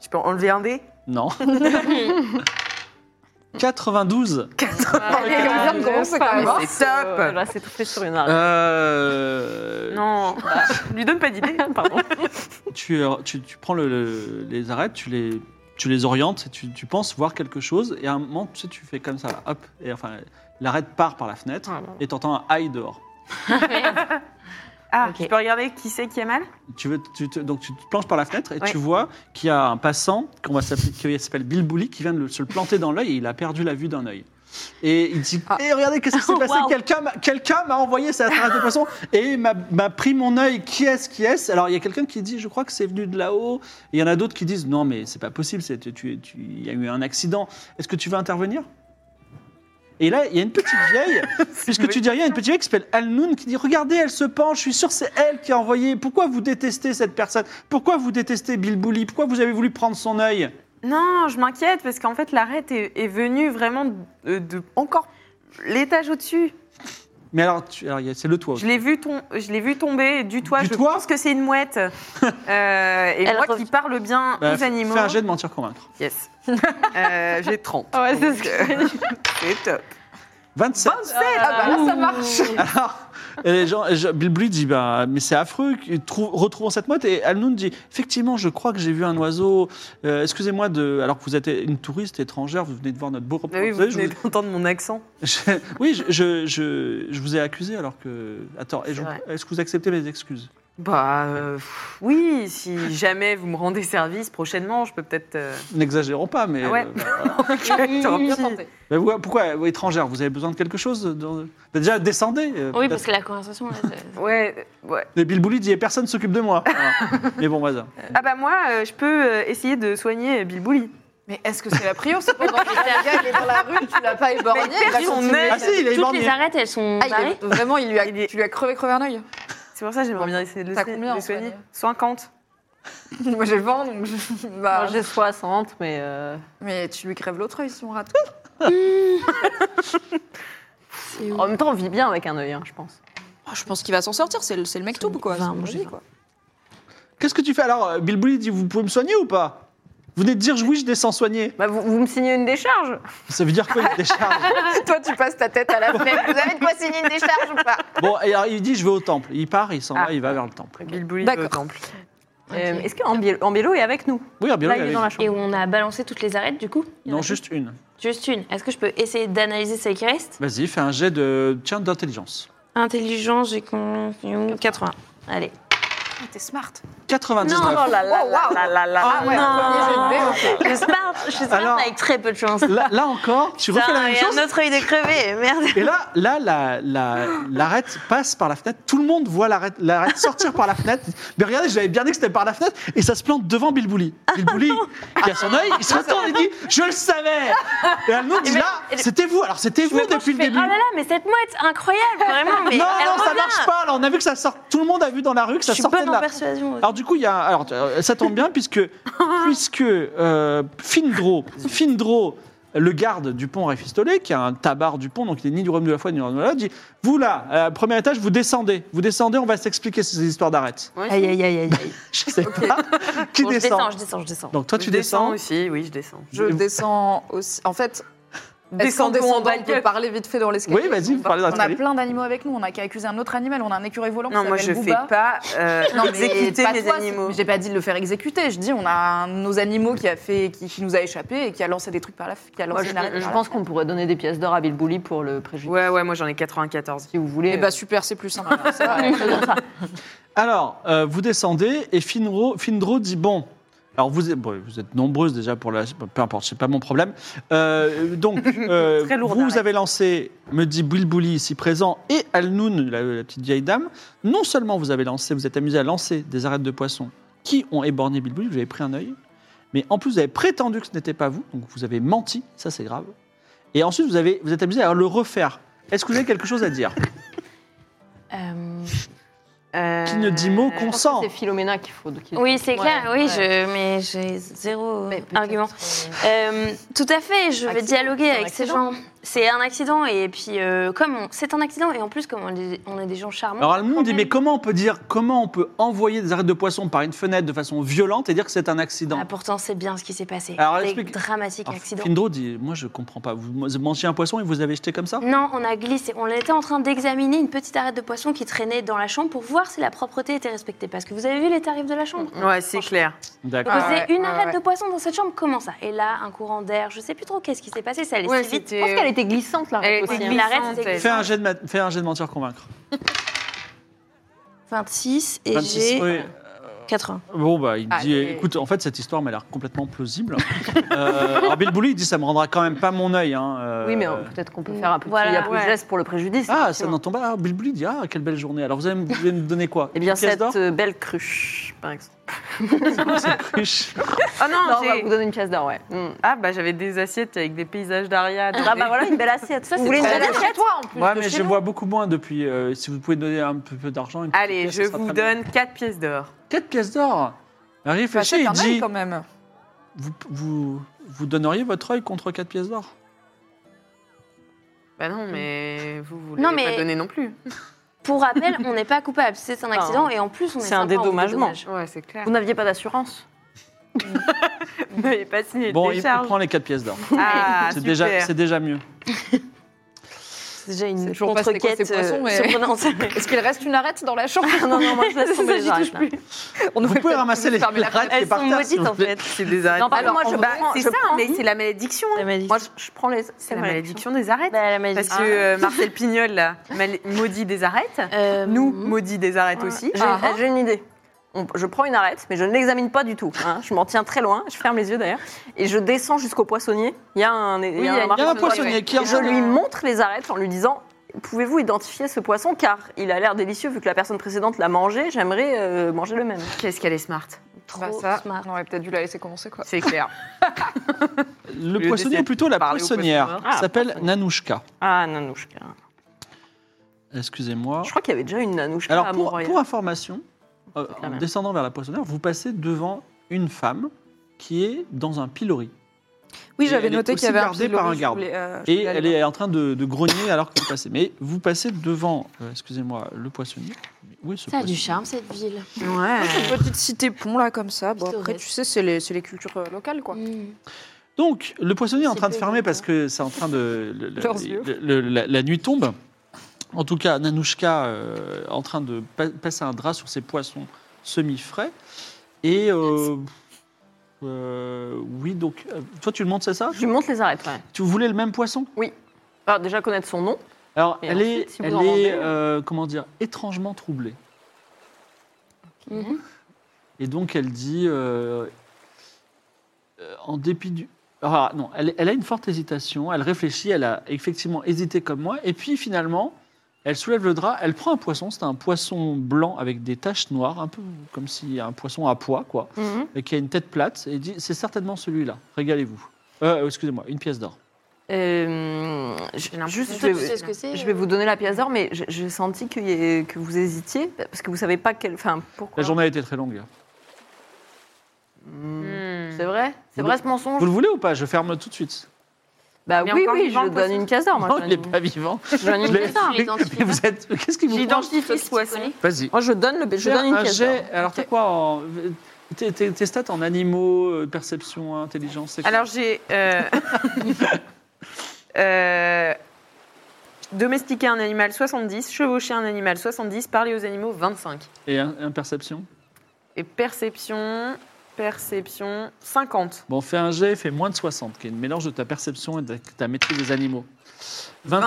S4: Je peux enlever un dé
S2: Non. 92
S3: Allez, on vient de commencer quand
S5: Oh,
S3: même. hein.
S4: Mais c'est top
S6: euh, là, c'est tout fait sur une arête.
S2: Euh,
S4: Non, bah, lui donne pas d'idée. Pardon.
S2: Tu, tu- tu prends le- le- les arêtes, tu les tu les orientes, et tu, tu penses voir quelque chose, et à un moment, tu sais, tu fais comme ça, là, hop, et enfin, l'arête part par la fenêtre,
S5: Ah, non.
S2: et t'entends un aïe dehors.
S4: Ah,
S5: Ok.
S4: je peux regarder qui c'est qui a mal
S2: Tu veux, tu te- donc tu te planches par la fenêtre et
S4: Ouais.
S2: tu vois qu'il y a un passant qu'on va s'appeler- qui s'appelle Bill Bully qui vient de le- se le planter dans l'œil et il a perdu la vue d'un œil. Et il dit
S3: Ah.
S2: Eh, regardez, qu'est-ce qui s'est passé Quelqu'un m'a- quelqu'un m'a envoyé sa trace de poisson et m'a m'a pris mon œil. Qui est-ce Qui est-ce Alors il y a quelqu'un qui dit Je crois que c'est venu de là-haut. Et Il y en a d'autres qui disent Non, mais c'est pas possible, c'est- tu- tu- tu- il y a eu un accident. Est-ce que tu veux intervenir et là, il y a une petite vieille, puisque tu dis rien, il y a une petite vieille qui s'appelle Alnoun qui dit Regardez, elle se penche, je suis sûr c'est elle qui a envoyé. Pourquoi vous détestez cette personne Pourquoi vous détestez Bill Bully Pourquoi vous avez voulu prendre son œil
S4: Non, je m'inquiète parce qu'en fait l'arête est, est venue vraiment de, de- encore l'étage au-dessus.
S2: Mais alors, tu- alors, il y a- c'est le toit.
S4: Je l'ai vu, tom- je l'ai vu tomber du toit.
S2: Du
S4: je
S2: toit
S4: pense que c'est une mouette. Euh, et
S5: Elle
S4: moi
S5: rev-
S4: qui parle bien
S2: Bah,
S4: aux
S2: fais-
S4: animaux.
S2: Fais un jet de mentir convaincre.
S4: Yes. Euh, J'ai 30.
S5: Ouais, c'est
S4: Donc,
S5: ce que
S4: euh, c'est top.
S2: 27.
S3: Ah bah là, ça marche.
S2: Alors, et les gens- et je- Bill Bully dit bah, Mais c'est affreux, que- trou- retrouvons cette mode. Et Alnoun dit Effectivement, je crois que j'ai vu un oiseau. Euh, Excusez-moi, de, alors que vous êtes une touriste étrangère, vous venez de voir notre beau
S4: Bah oui, vous
S2: reportage, je
S4: venez
S2: vous-
S4: d'entendre mon accent.
S2: Je- oui, je, je, je, je vous ai accusé alors que. Attends, et je-
S4: vrai.
S2: est-ce que vous acceptez mes excuses
S4: Bah euh, pff, oui, si jamais vous me rendez service prochainement, je peux peut-être. euh,
S2: N'exagérons pas, mais.
S4: Ah ouais.
S2: euh, voilà.
S4: tant pis.
S3: Bien tenté.
S2: Mais vous- pourquoi euh, étrangère Vous avez besoin de quelque chose dans- Bah, Déjà, descendez euh,
S5: Oui,
S2: peut-être.
S5: parce que la conversation, là, c'est-
S4: Ouais, ouais.
S2: Mais Bill Bully dit personne s'occupe de moi. Voilà. mais bon, vas-y.
S4: Ah bah moi, euh, je peux euh, essayer de soigner Bill Bully.
S3: Mais est-ce que c'est la priori C'est pas quand le gars il est dans la rue, tu l'as pas éborgné,
S4: Mais il
S3: il va
S4: perd son
S3: continuer.
S4: œil.
S2: Ah si, il est
S5: toutes
S2: éborgné.
S5: les arêtes, elles sont
S3: Ah, il
S5: barrées.
S3: est- vraiment, il lui a,
S4: Il est-
S3: tu lui as crevé, crevé un œil.
S4: C'est pour ça que j'aimerais bien essayer de le
S3: T'as
S4: soigner-
S3: combien
S4: de
S3: en
S4: soigner.
S3: soigné
S4: 50.
S3: Moi j'ai 20, donc je- bah,
S6: Moi, Ah, J'ai 60, mais. euh,
S3: Mais tu lui crèves l'autre œil si on rate.
S6: En même temps, on vit bien avec un œil, hein, je pense.
S3: Oh, je pense qu'il va s'en sortir, c'est le, c'est le mec tout quoi.
S5: Vingt,
S3: C'est
S5: moi, j'ai
S3: logique,
S5: vingt.
S3: quoi.
S2: Qu'est-ce que tu fais Alors, euh, Bill Bully dit vous pouvez me soigner ou pas Vous venez de dire oui, je descends soigner.
S6: Bah, vous, vous me signez une décharge
S2: Ça veut dire quoi une décharge
S3: Toi tu passes ta tête à la fenêtre. Vous avez de quoi signer une décharge ou pas
S2: Bon, et alors, il dit je vais au temple. Il part, il s'en
S4: Ah.
S2: va, il va vers le temple.
S4: Bill Bully
S3: D'accord.
S4: au temple.
S6: Euh, Est-ce qu'Ambielo est avec nous
S2: Oui, ah, bien
S6: Là,
S2: là,
S6: il est
S2: il
S6: dans la
S5: Et
S6: chambre.
S5: où on a balancé toutes les arêtes, du coup Il y en a
S2: Non, juste une.
S5: plus. Juste une. Est-ce que je peux essayer d'analyser celle qui reste
S2: Vas-y, fais un jet de tiens d'intelligence.
S5: Intelligence, j'ai con- 80. Allez.
S3: Ah, T'es smart.
S2: 99.
S5: Non, oh
S4: là là là là là.
S3: Ah ouais, premier jet de dé, ok.
S5: Je suis smart, je suis smart
S2: Alors-
S5: avec très peu de chance.
S2: Là, là encore, tu refais la
S5: Putain,
S2: même
S5: et
S2: chose.
S5: un autre œil de crevé, merde.
S2: Et là, là, la, la, l'arête passe par la fenêtre. Tout le monde voit l'arête, l'arête sortir par la fenêtre. Mais regardez, je l'avais bien dit que c'était par la fenêtre. Et ça se plante devant Bilbouli.
S5: Ah
S2: Bilbouli, qui a son œil, il se retourne et dit Je le savais Et elle nous dit
S5: Eh ben,
S2: Là, c'était vous. Alors, c'était vous depuis le
S5: Mais
S2: début.
S5: oh là là, mais cette mouette, incroyable, vraiment. Mais
S2: non,
S5: elle
S2: non, ça
S5: revient.
S2: marche pas. Alors, on a vu que ça sort. Tout le monde a vu dans la rue que
S5: Je
S2: ça
S5: suis
S2: sortait
S5: bonne
S2: de
S5: en
S2: là.
S5: persuasion.
S2: Alors, du coup, il y a. Alors, euh, ça tombe bien puisque, puisque euh, Findro, Findro, le garde du pont Réfistolé, qui a un tabard du pont, donc il n'est ni du royaume de la foi ni du royaume de la loi, dit Vous là, euh, premier étage, vous descendez. Vous descendez, on va s'expliquer ces histoires d'arêtes.
S5: Aïe, aïe, aïe, aïe.
S2: Je sais pas. Qui
S5: Bon, je
S2: descend
S5: descends, je descends, je descends.
S2: Donc, toi,
S4: Je
S2: tu descends.
S4: aussi, oui, je descends.
S3: Je descends aussi. En fait,
S4: Descendons
S3: descendant,
S4: en bas
S3: on
S4: le
S3: peut
S4: gueule.
S3: parler vite fait dans l'escalier.
S2: Oui, vas-y, vous parlez dans
S3: On a
S2: l'escalier.
S3: plein d'animaux avec nous. On a qu'à accuser un autre animal. On a un écureuil volant.
S4: Non,
S3: qui
S4: moi je
S3: s'appelle
S4: fais
S3: Booba.
S4: pas euh,
S3: Non, mais
S4: exécuter
S3: pas
S4: mes
S3: toi,
S4: animaux.
S3: c'est- J'ai pas dit de le faire exécuter. Je dis, on a un de nos animaux qui a fait, qui, qui nous a échappé et qui a lancé des trucs par la, qui a
S6: Moi,
S3: lancé
S6: je,
S3: une arête
S6: je
S3: par
S6: pense
S3: là.
S6: qu'on pourrait donner des pièces d'or à Bill Bully pour le préjudice,
S4: Ouais, ouais, moi j'en ai 94.
S6: si vous voulez. Euh,
S3: Eh bah super, c'est plus simple. Ça va.
S2: Alors, euh, vous descendez et Finro, Findro dit bon. Alors vous, êtes- bon, vous êtes nombreuses déjà pour la, peu importe, c'est pas mon problème. Euh, donc euh,
S4: Très lourd
S2: vous
S4: d'arrêt.
S2: avez lancé, me dit Bilbouli ici présent et Alnoun, la, la petite vieille dame. Non seulement vous avez lancé, vous êtes amusé à lancer des arêtes de poissons qui ont éborgné Bilbouli, vous avez pris un œil, mais en plus vous avez prétendu que ce n'était pas vous, donc vous avez menti, ça c'est grave. Et ensuite vous avez, vous êtes amusé à le refaire. Est-ce que vous avez quelque chose à dire
S5: Euh,
S2: Qui ne dit mot
S6: Euh, Je pense que
S2: consent.
S6: C'est Philomena qu'il faut. qu'il-
S5: Oui, c'est
S6: Ouais,
S5: clair, oui,
S6: ouais.
S5: je, mais j'ai zéro euh,
S3: Mais peut-être,
S5: argument.
S3: euh,
S5: Euh, tout à fait, je vais
S3: Accident,
S5: dialoguer
S3: c'est un
S5: avec ces
S3: accident.
S5: gens. C'est un accident et puis euh, comme on- c'est un accident et en plus comme on est, des- on est des gens charmants.
S2: Alors Almond dit
S5: Hein, quand
S2: mais
S5: même-
S2: comment on peut dire comment on peut envoyer des arêtes de poisson par une fenêtre de façon violente et dire que c'est un accident
S5: Ah, pourtant c'est bien ce qui s'est passé.
S2: Alors,
S5: C'est
S2: explique-
S5: dramatique
S2: Alors,
S5: accident.
S2: Findro dit moi je comprends pas vous mangez un poisson et vous avez jeté comme ça
S5: Non, on a glissé. On était en train d'examiner une petite arête de poisson qui traînait dans la chambre pour voir si la propreté était respectée. Parce que vous avez vu les tarifs de la chambre
S3: Mm,
S4: Ouais, c'est clair.
S5: Donc,
S2: D'accord.
S3: Ah
S5: c'est
S3: ouais,
S5: une
S3: ouais,
S5: arête
S3: ouais.
S5: de poisson dans cette chambre, comment ça Et là, un courant d'air, je sais plus trop qu'est-ce qui s'est passé, ça allait
S4: Ouais,
S5: si vite.
S4: c'était-
S6: Je pense qu'elle était glissante, la
S4: Elle
S6: route
S4: était
S6: aussi. hein.
S5: glissante.
S4: glissante.
S5: c'est-
S2: Fais un jet de ma- fais un jet de mentir convaincre.
S5: 26 et
S2: 26,
S5: j'ai Ah,
S2: oui.
S5: 80.
S2: Bon, bah, il me dit,
S3: Allez.
S2: écoute, en fait, cette histoire m'a l'air complètement plausible. euh, alors, Bill Bully, il dit, ça me rendra quand même pas mon œil. hein, euh,
S6: Oui, mais euh, peut-être qu'on peut
S5: Mm.
S6: faire un petit
S5: Voilà.
S6: geste pour le préjudice.
S2: Ah, ça
S6: effectivement.
S2: n'entend pas. Ah, Bill Bully dit, ah, quelle belle journée. Alors, vous allez me, vous allez me donner quoi
S6: Eh bien,
S2: Une pièce
S6: cette
S2: d'or
S6: euh, belle cruche, par exemple.
S2: Cruche.
S4: Ah non,
S6: Non, on va
S4: j'ai-
S6: vous donner une pièce d'or, ouais. Mm.
S4: Ah bah j'avais des assiettes avec des paysages d'Ariane.
S6: Ah bah voilà, une belle assiette.
S5: Ça,
S6: vous
S5: c'est
S6: voulez une
S5: très
S6: belle
S5: bien.
S6: assiette
S3: toi en plus.
S2: Ouais, mais je vois beaucoup moins depuis. euh, si vous pouvez donner un peu, peu d'argent. une petite
S4: Allez,
S2: pièce,
S4: je
S2: ça sera
S4: vous
S2: très bien.
S4: donne 4 pièces d'or.
S2: Quatre pièces d'or. Il Réfléchit, il
S3: un œil
S2: dit,
S3: quand même.
S2: vous, vous, vous donneriez votre œil contre quatre pièces d'or
S4: Bah non, mais vous voulez
S5: Non,
S4: pas
S5: mais-
S4: donner non plus.
S5: Pour rappel, on n'est pas coupable, c'est un accident et en plus on est
S6: Oh. C'est
S5: sympa,
S6: un
S5: on vous
S6: dédommagement.
S5: dédommage.
S4: Ouais, c'est clair.
S6: Vous n'aviez pas d'assurance
S4: Vous n'avez pas signé
S2: Bon,
S4: de
S2: il, il
S4: décharge.
S2: prend les quatre pièces d'or.
S4: Ah,
S2: c'est
S4: super.
S2: déjà, c'est déjà mieux.
S5: C'est déjà
S3: C'est
S5: une
S3: toujours pas c'était quoi
S5: contre-quête
S3: ces poissons,
S5: euh,
S3: mais-
S5: surprenante.
S3: Est-ce qu'il reste une arête dans la chambre
S6: Ah, Non, non, moi je laisse tomber les
S5: Ça, j'y touche
S6: arêtes, là.
S3: On
S2: Vous
S3: devrait
S2: pouvez
S3: peut-être
S2: ramasser les
S3: fermer la
S2: arêtes qui est
S5: Elles
S2: par
S5: sont
S2: terre, s'il
S5: maudites
S2: vous
S5: en
S2: plaît.
S5: fait.
S4: C'est des arêtes.
S6: Non, par
S3: Alors,
S6: contre, moi je
S3: on
S4: Bah,
S6: prends-
S4: c'est
S6: je
S4: ça,
S6: prends-
S4: mais c'est la malédiction. hein.
S5: La malédiction.
S6: Moi je, je prends les.
S4: C'est la malédiction des arêtes.
S5: Bah, la
S4: Parce
S5: malédiction.
S4: que euh, Marcel Pignol, là, mal- maudit des arêtes.
S5: Euh,
S4: Nous, maudit des arêtes aussi.
S6: J'ai
S3: Ah,
S6: j'ai une idée. On- je prends une arête, mais je ne l'examine pas du tout. hein. Je m'en tiens très loin, je ferme les yeux d'ailleurs, et je descends jusqu'au poissonnier. Il y a un, il y a
S4: Oui,
S6: un
S4: il y a
S2: Il y a un
S6: marchand de
S2: poissonnier qui
S6: Et je
S2: ressemble-
S6: lui montre les arêtes en lui disant Pouvez-vous identifier ce poisson Car il a l'air délicieux vu que la personne précédente l'a mangé, j'aimerais euh, manger le même.
S4: Qu'est-ce qu'elle est smart.
S5: trop
S3: Bah ça,
S5: smart.
S3: on aurait peut-être dû la laisser commencer quoi.
S4: C'est clair.
S2: Le
S4: lieu
S2: poissonnier,
S4: d'essayer
S2: ou plutôt la
S4: de parler au
S2: poissonnière,
S4: poissonneur.
S6: Ah,
S2: s'appelle
S6: poissonnier.
S2: Nanouchka.
S6: Ah, nanouchka.
S2: Excusez-moi.
S6: Je crois qu'il y avait déjà une nanouchka
S2: Alors,
S6: à
S2: pour,
S6: Mont-Royal.
S2: pour information, euh,
S6: C'est la
S2: en
S6: même.
S2: descendant vers la poissonnière, vous passez devant une femme qui est dans un pilori.
S3: Oui,
S2: Et
S3: j'avais
S2: elle est
S3: noté qu'il y
S2: aussi
S3: avait un
S2: gardée par un
S3: pilori, je
S2: garde.
S3: voulais, euh, je
S2: Et
S3: voulais aller
S2: elle est en train de, de grogner alors que vous passez. Mais vous passez devant, euh, excusez-moi, le poissonnier. Mais où est ce
S5: Ça a du
S2: poissonnier
S5: charme cette ville.
S4: Ouais.
S3: voir. Une petite cité pont là comme ça. Bon, après,
S5: Pittoresque.
S3: tu sais, c'est les, c'est les cultures euh, locales quoi.
S5: Mm.
S2: Donc, le poissonnier est en
S5: C'est
S2: train de
S5: peu
S2: fermer
S5: évident.
S2: parce que c'est en train de. le- le-
S3: Leurs yeux.
S2: le- le- la, la nuit tombe. En tout cas, Nanouchka euh, en train de pa- passer un drap sur ses poissons semi-frais. Et. euh, euh, oui, donc. euh, toi, tu le montres, c'est ça
S6: Je lui montre les arêtes, ouais.
S2: Tu voulais le même poisson
S6: Alors, Ah, déjà connaître son nom.
S2: Alors,
S6: Et
S2: elle
S6: ensuite,
S2: est,
S6: si vous
S2: elle
S6: en
S2: est
S6: vendez-
S2: euh, comment dire, étrangement troublée.
S5: Mhm.
S2: Et donc, elle dit, euh, euh, en dépit du... Ah, non, elle, elle a une forte hésitation, elle réfléchit, elle a effectivement hésité comme moi, et puis finalement, elle soulève le drap, elle prend un poisson, c'est un poisson blanc avec des taches noires, un peu comme si un poisson à poids, quoi,
S6: Mhm.
S2: et qui a une tête plate, et dit, c'est certainement celui-là, régalez-vous. Euh, excusez-moi, une pièce d'or.
S6: Euh, je-
S4: J'ai l'impression
S6: juste, je
S5: Toi,
S6: vais,
S5: tu sais ce que c'est
S6: je
S5: euh,
S6: vais vous donner la pièce d'or, mais j'ai- j'ai senti qu'il y ait- que vous hésitiez, parce que vous savez pas quel. Enfin, pourquoi.
S2: La journée a été très longue. hein.
S6: Hmm.
S4: Hmm.
S6: C'est vrai C'est
S2: Vous
S6: vrai
S2: le-
S6: ce mensonge
S2: Vous le voulez ou pas Je ferme tout de suite.
S6: Bah
S4: Il est
S6: oui,
S4: encore
S6: oui,
S4: vivant,
S6: je
S4: le
S6: donne
S4: poisson
S6: une pièce d'or, Ah, moi.
S2: non,
S6: je
S2: il
S6: donne
S2: n'est
S6: une-
S2: pas vivant.
S6: je donne
S2: Je
S6: une
S2: l'ai-
S6: pièce d'or.
S5: Tu l'identifies
S2: Mais vous êtes. Qu'est-ce qui vous prend
S4: J'identifie ce poisson.
S2: Vas-y.
S6: Moi, je donne, le, je
S2: Faire
S6: donne une
S2: un
S6: pièce
S2: jet.
S6: d'or.
S2: Alors, t'as quoi en... Tes, tes- tes stats en animaux, euh, perception, intelligence, c'est quoi
S4: Alors j'ai euh, euh, domestiqué un animal 70, chevauché un animal 70, parler aux animaux 25.
S2: Et un, un perception
S4: Et perception, perception 50.
S2: Bon, fais un jet, fais moins de 60, qui est une mélange de ta perception et de ta maîtrise des animaux. 20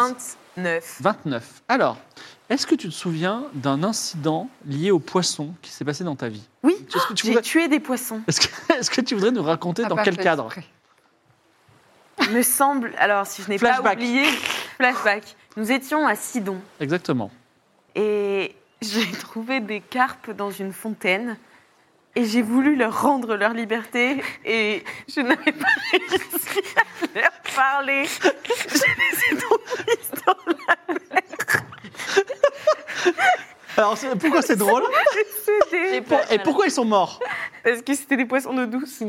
S4: 29.
S2: 29. Alors, est-ce que tu te souviens d'un incident lié au poisson qui s'est passé dans ta vie
S4: Oui,
S2: Est-ce que, tu
S4: j'ai
S2: voudrais-
S4: tué des poissons.
S2: est-ce que- est-ce que tu voudrais nous raconter
S3: Ah,
S2: dans
S3: pas
S2: quel
S3: fait
S2: cadre
S3: exprès.
S4: Me semble, alors si je n'ai pas
S2: Flashback.
S4: oublié, flashback. Nous étions à Sidon
S2: Exactement.
S4: et j'ai trouvé des carpes dans une fontaine. Et j'ai voulu leur rendre leur liberté et je n'avais pas réussi à leur parler. Je les ai donc mises dans
S2: Alors, c'est- pourquoi c'est drôle
S4: le CD.
S2: Et pourquoi ils sont morts
S4: Parce que c'était des poissons d'eau douce.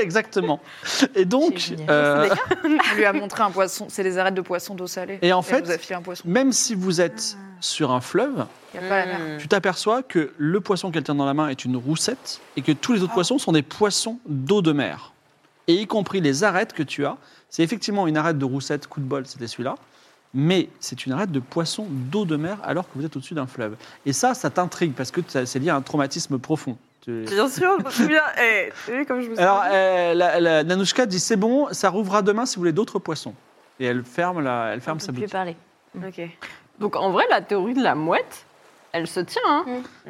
S2: Exactement. Et donc,
S5: C'est génial.
S2: euh,
S3: Il lui a montré un poisson, c'est des arêtes de poisson d'eau salée.
S2: Et en fait-
S3: elle vous a filé un poisson.
S2: même si vous êtes sur un fleuve,
S3: Il n'y a pas la mer.
S2: tu t'aperçois que le poisson qu'elle tient dans la main est une roussette et que tous les
S4: Ah.
S2: autres poissons sont des poissons d'eau de mer. Et y compris les arêtes que tu as, c'est effectivement une arête de roussette, coup de bol, c'était celui-là, mais c'est une arête de poisson d'eau de mer alors que vous êtes au-dessus d'un fleuve. Et ça, ça t'intrigue parce que ça- c'est lié à un traumatisme profond. Tu-
S4: Bien sûr, bien. eh, t'as vu comme je me suis.
S2: Alors, euh, la, la- Nanushka dit c'est bon, ça rouvra demain si vous voulez d'autres poissons. Et elle ferme, la, elle ferme
S4: Ah,
S5: On
S2: sa
S5: peut plus
S2: boutique.
S5: parler.
S4: Ok.
S6: Donc en vrai, la théorie de la mouette, elle se tient. hein.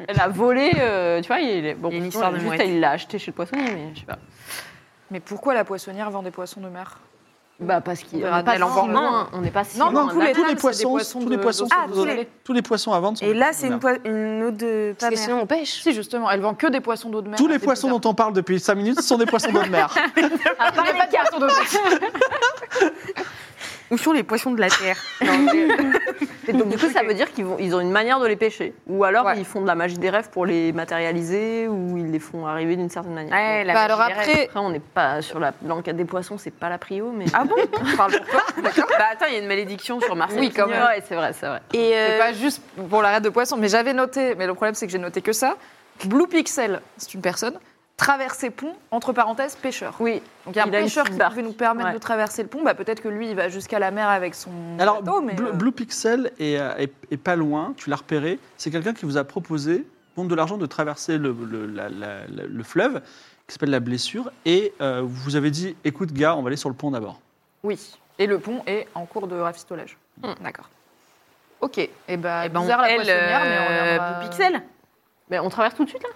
S6: Elle a volé, euh, tu vois, il est bon.
S4: Il y a une histoire de
S6: juste,
S4: mouette.
S6: il l'a acheté chez le poissonnier, mais je sais pas.
S3: Mais pourquoi la poissonnière vend des poissons de mer
S6: Bah parce qu'il
S3: On
S6: on
S3: verra
S6: n'est pas
S3: dès l'envoi.
S6: si loin, hein. on n'est pas si
S3: Non,
S6: loin.
S3: non, tous les-
S6: là.
S2: tous les
S3: tables, c'est des
S2: poissons,
S3: poissons
S2: tous les
S3: de-
S2: poissons,
S3: d'eau
S2: sont
S4: Ah, tous
S2: désolés.
S4: les-
S2: tous les poissons à vendre. sont
S4: Et là,
S2: des
S4: c'est une,
S2: poissons
S4: poi- une eau de.
S5: Parce que sinon, on pêche.
S3: Si, justement, elle vend que des poissons d'eau de
S2: de mer.
S3: mer.
S2: Tous les
S3: C'est
S2: poissons
S3: bizarre.
S2: dont on parle depuis 5 minutes sont des poissons d'eau de mer.
S6: À part les cartes.
S4: Où sont les poissons de la terre
S6: Non, mais- Et donc du coup, ça veut dire qu'ils vont- ils ont une manière de les pêcher, ou alors
S3: Ouais.
S6: ils font de la magie des rêves pour les matérialiser, ou ils les font arriver d'une certaine manière.
S4: Ouais,
S6: Donc,
S4: la
S3: Bah, alors
S4: magie des rêves.
S3: après,
S6: Après, on n'est pas sur la l'enquête des poissons, c'est pas la prio, mais
S4: Ah bon Bah attends, il y a une malédiction sur Marseille.
S3: Oui, quand même.
S6: Ouais, c'est vrai, c'est vrai.
S5: Et
S3: C'est
S5: euh,
S3: pas juste pour l'arrêt de poisson, mais j'avais noté, mais le problème c'est que j'ai noté que ça. Blue Pixel, c'est une personne, traverser pont, entre parenthèses, pêcheur.
S6: Oui,
S3: Donc il y a un
S6: Il a une
S3: pêcheur
S6: petite
S3: qui
S6: barque.
S3: pouvait nous permettre
S6: Ouais.
S3: de traverser le pont, bah, peut-être que lui il va jusqu'à la mer avec son
S2: Alors,
S3: bateau, mais
S2: Blue,
S3: euh,
S2: Blue Pixel est, euh, est- est pas loin, tu l'as repéré. C'est quelqu'un qui vous a proposé, contre de l'argent, de traverser le, le- la- la- la- le fleuve, qui s'appelle la blessure. Et euh, vous avez dit écoute, gars, on va aller sur le pont d'abord.
S3: oui. Et le pont est en cours de rafistolage. D'accord. Ok. Et bah,
S4: Eh ben, on
S3: bizarre la
S4: pèle,
S3: poissonnière, mais on
S4: euh,
S3: reviendra-
S4: Blue Pixel.
S6: mais on traverse tout de suite là.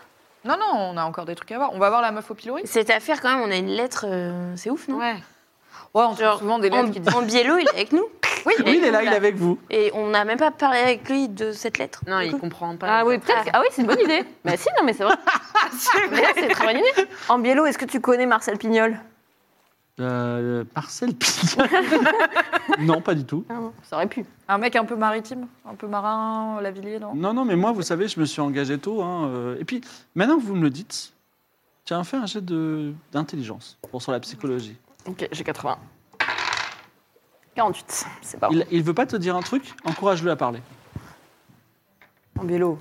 S3: Non, non, on a encore des trucs à voir. On va voir la meuf au pilori.
S5: cette affaire, quand même, on a une lettre. euh, c'est ouf, non
S4: Ouais.
S3: Ouais, on
S5: Genre,
S3: trouve souvent des
S5: En,
S3: lettres qui disent.
S5: en biello, il est avec nous.
S2: Oui, il est là, il est avec vous.
S5: Et on n'a même pas parlé avec lui de cette lettre.
S4: Non,
S5: Du
S4: il
S5: coup,
S4: comprend pas.
S6: Ah oui, peut-être. que- Ah oui, c'est une bonne idée. Mais si, non, mais c'est vrai. D'ailleurs, Ah, c'est très bonne idée. En biello, est-ce que tu connais Marcel Pignol
S2: Euh, Marcel Pixel Non, pas du tout.
S6: Ah non, Ça aurait pu.
S3: Un mec un peu maritime, un peu marin, la villier, non
S2: Non, non, mais moi, vous savez, je me suis engagé tôt. hein, euh, et puis, maintenant que vous me le dites, tiens, fais un jet de- d'intelligence pour sur la psychologie.
S6: Ok, j'ai 80. 48, c'est pas
S2: Il, il veut pas te dire un truc, encourage-le à parler.
S6: En biello,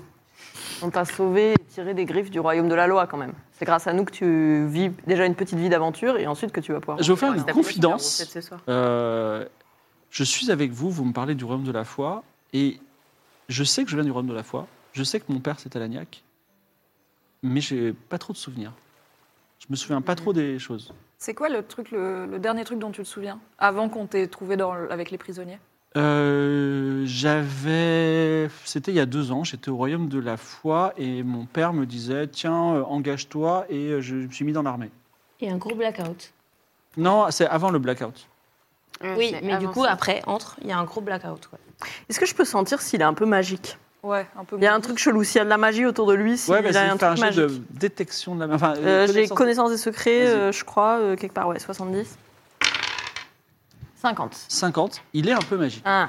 S6: on t'a sauvé et tiré des griffes du royaume de la loi quand même. C'est grâce à nous que tu vis déjà une petite vie d'aventure et ensuite que tu vas pouvoir.
S2: Je vais vous faire
S4: Ouais,
S2: une
S4: t'as
S2: confidence.
S4: compris, c'est la recette ce soir.
S2: Euh, je suis avec vous, vous me parlez du royaume de la foi, et je sais que je viens du royaume de la foi, je sais que mon père c'était Lagnac, mais j'ai pas trop de souvenirs. Je me souviens
S4: Mhm.
S2: pas trop des choses.
S3: C'est quoi le truc, le, le dernier truc dont tu te souviens Avant qu'on t'ait trouvé dans, le- avec les prisonniers
S2: Euh, J'avais. C'était il y a deux ans, j'étais au royaume de la foi, et mon père me disait Tiens, euh, engage-toi, et euh, je me suis mis dans l'armée.
S5: Et un gros blackout.
S2: Non, c'est avant le blackout.
S4: Ouais,
S5: Oui,
S4: c'est
S5: mais du
S4: avant
S5: coup,
S4: ça.
S5: après, entre, il y a un gros blackout. Quoi.
S6: Est-ce que je peux sentir s'il est un peu magique
S3: Ouais, un peu.
S6: Il y a un truc chelou, s'il y a de la magie autour de lui, s'il
S2: Ouais, vas-y,
S6: a un
S2: fais un
S6: truc
S2: jet
S6: magique.
S2: de détection de la. Enfin,
S6: Euh, j'ai
S2: connaissance-
S6: connaissance des secrets,
S2: Vas-y.
S6: euh, je crois, euh, quelque part, ouais, 70. 50.
S2: 50, il est un peu magique.
S6: Ah,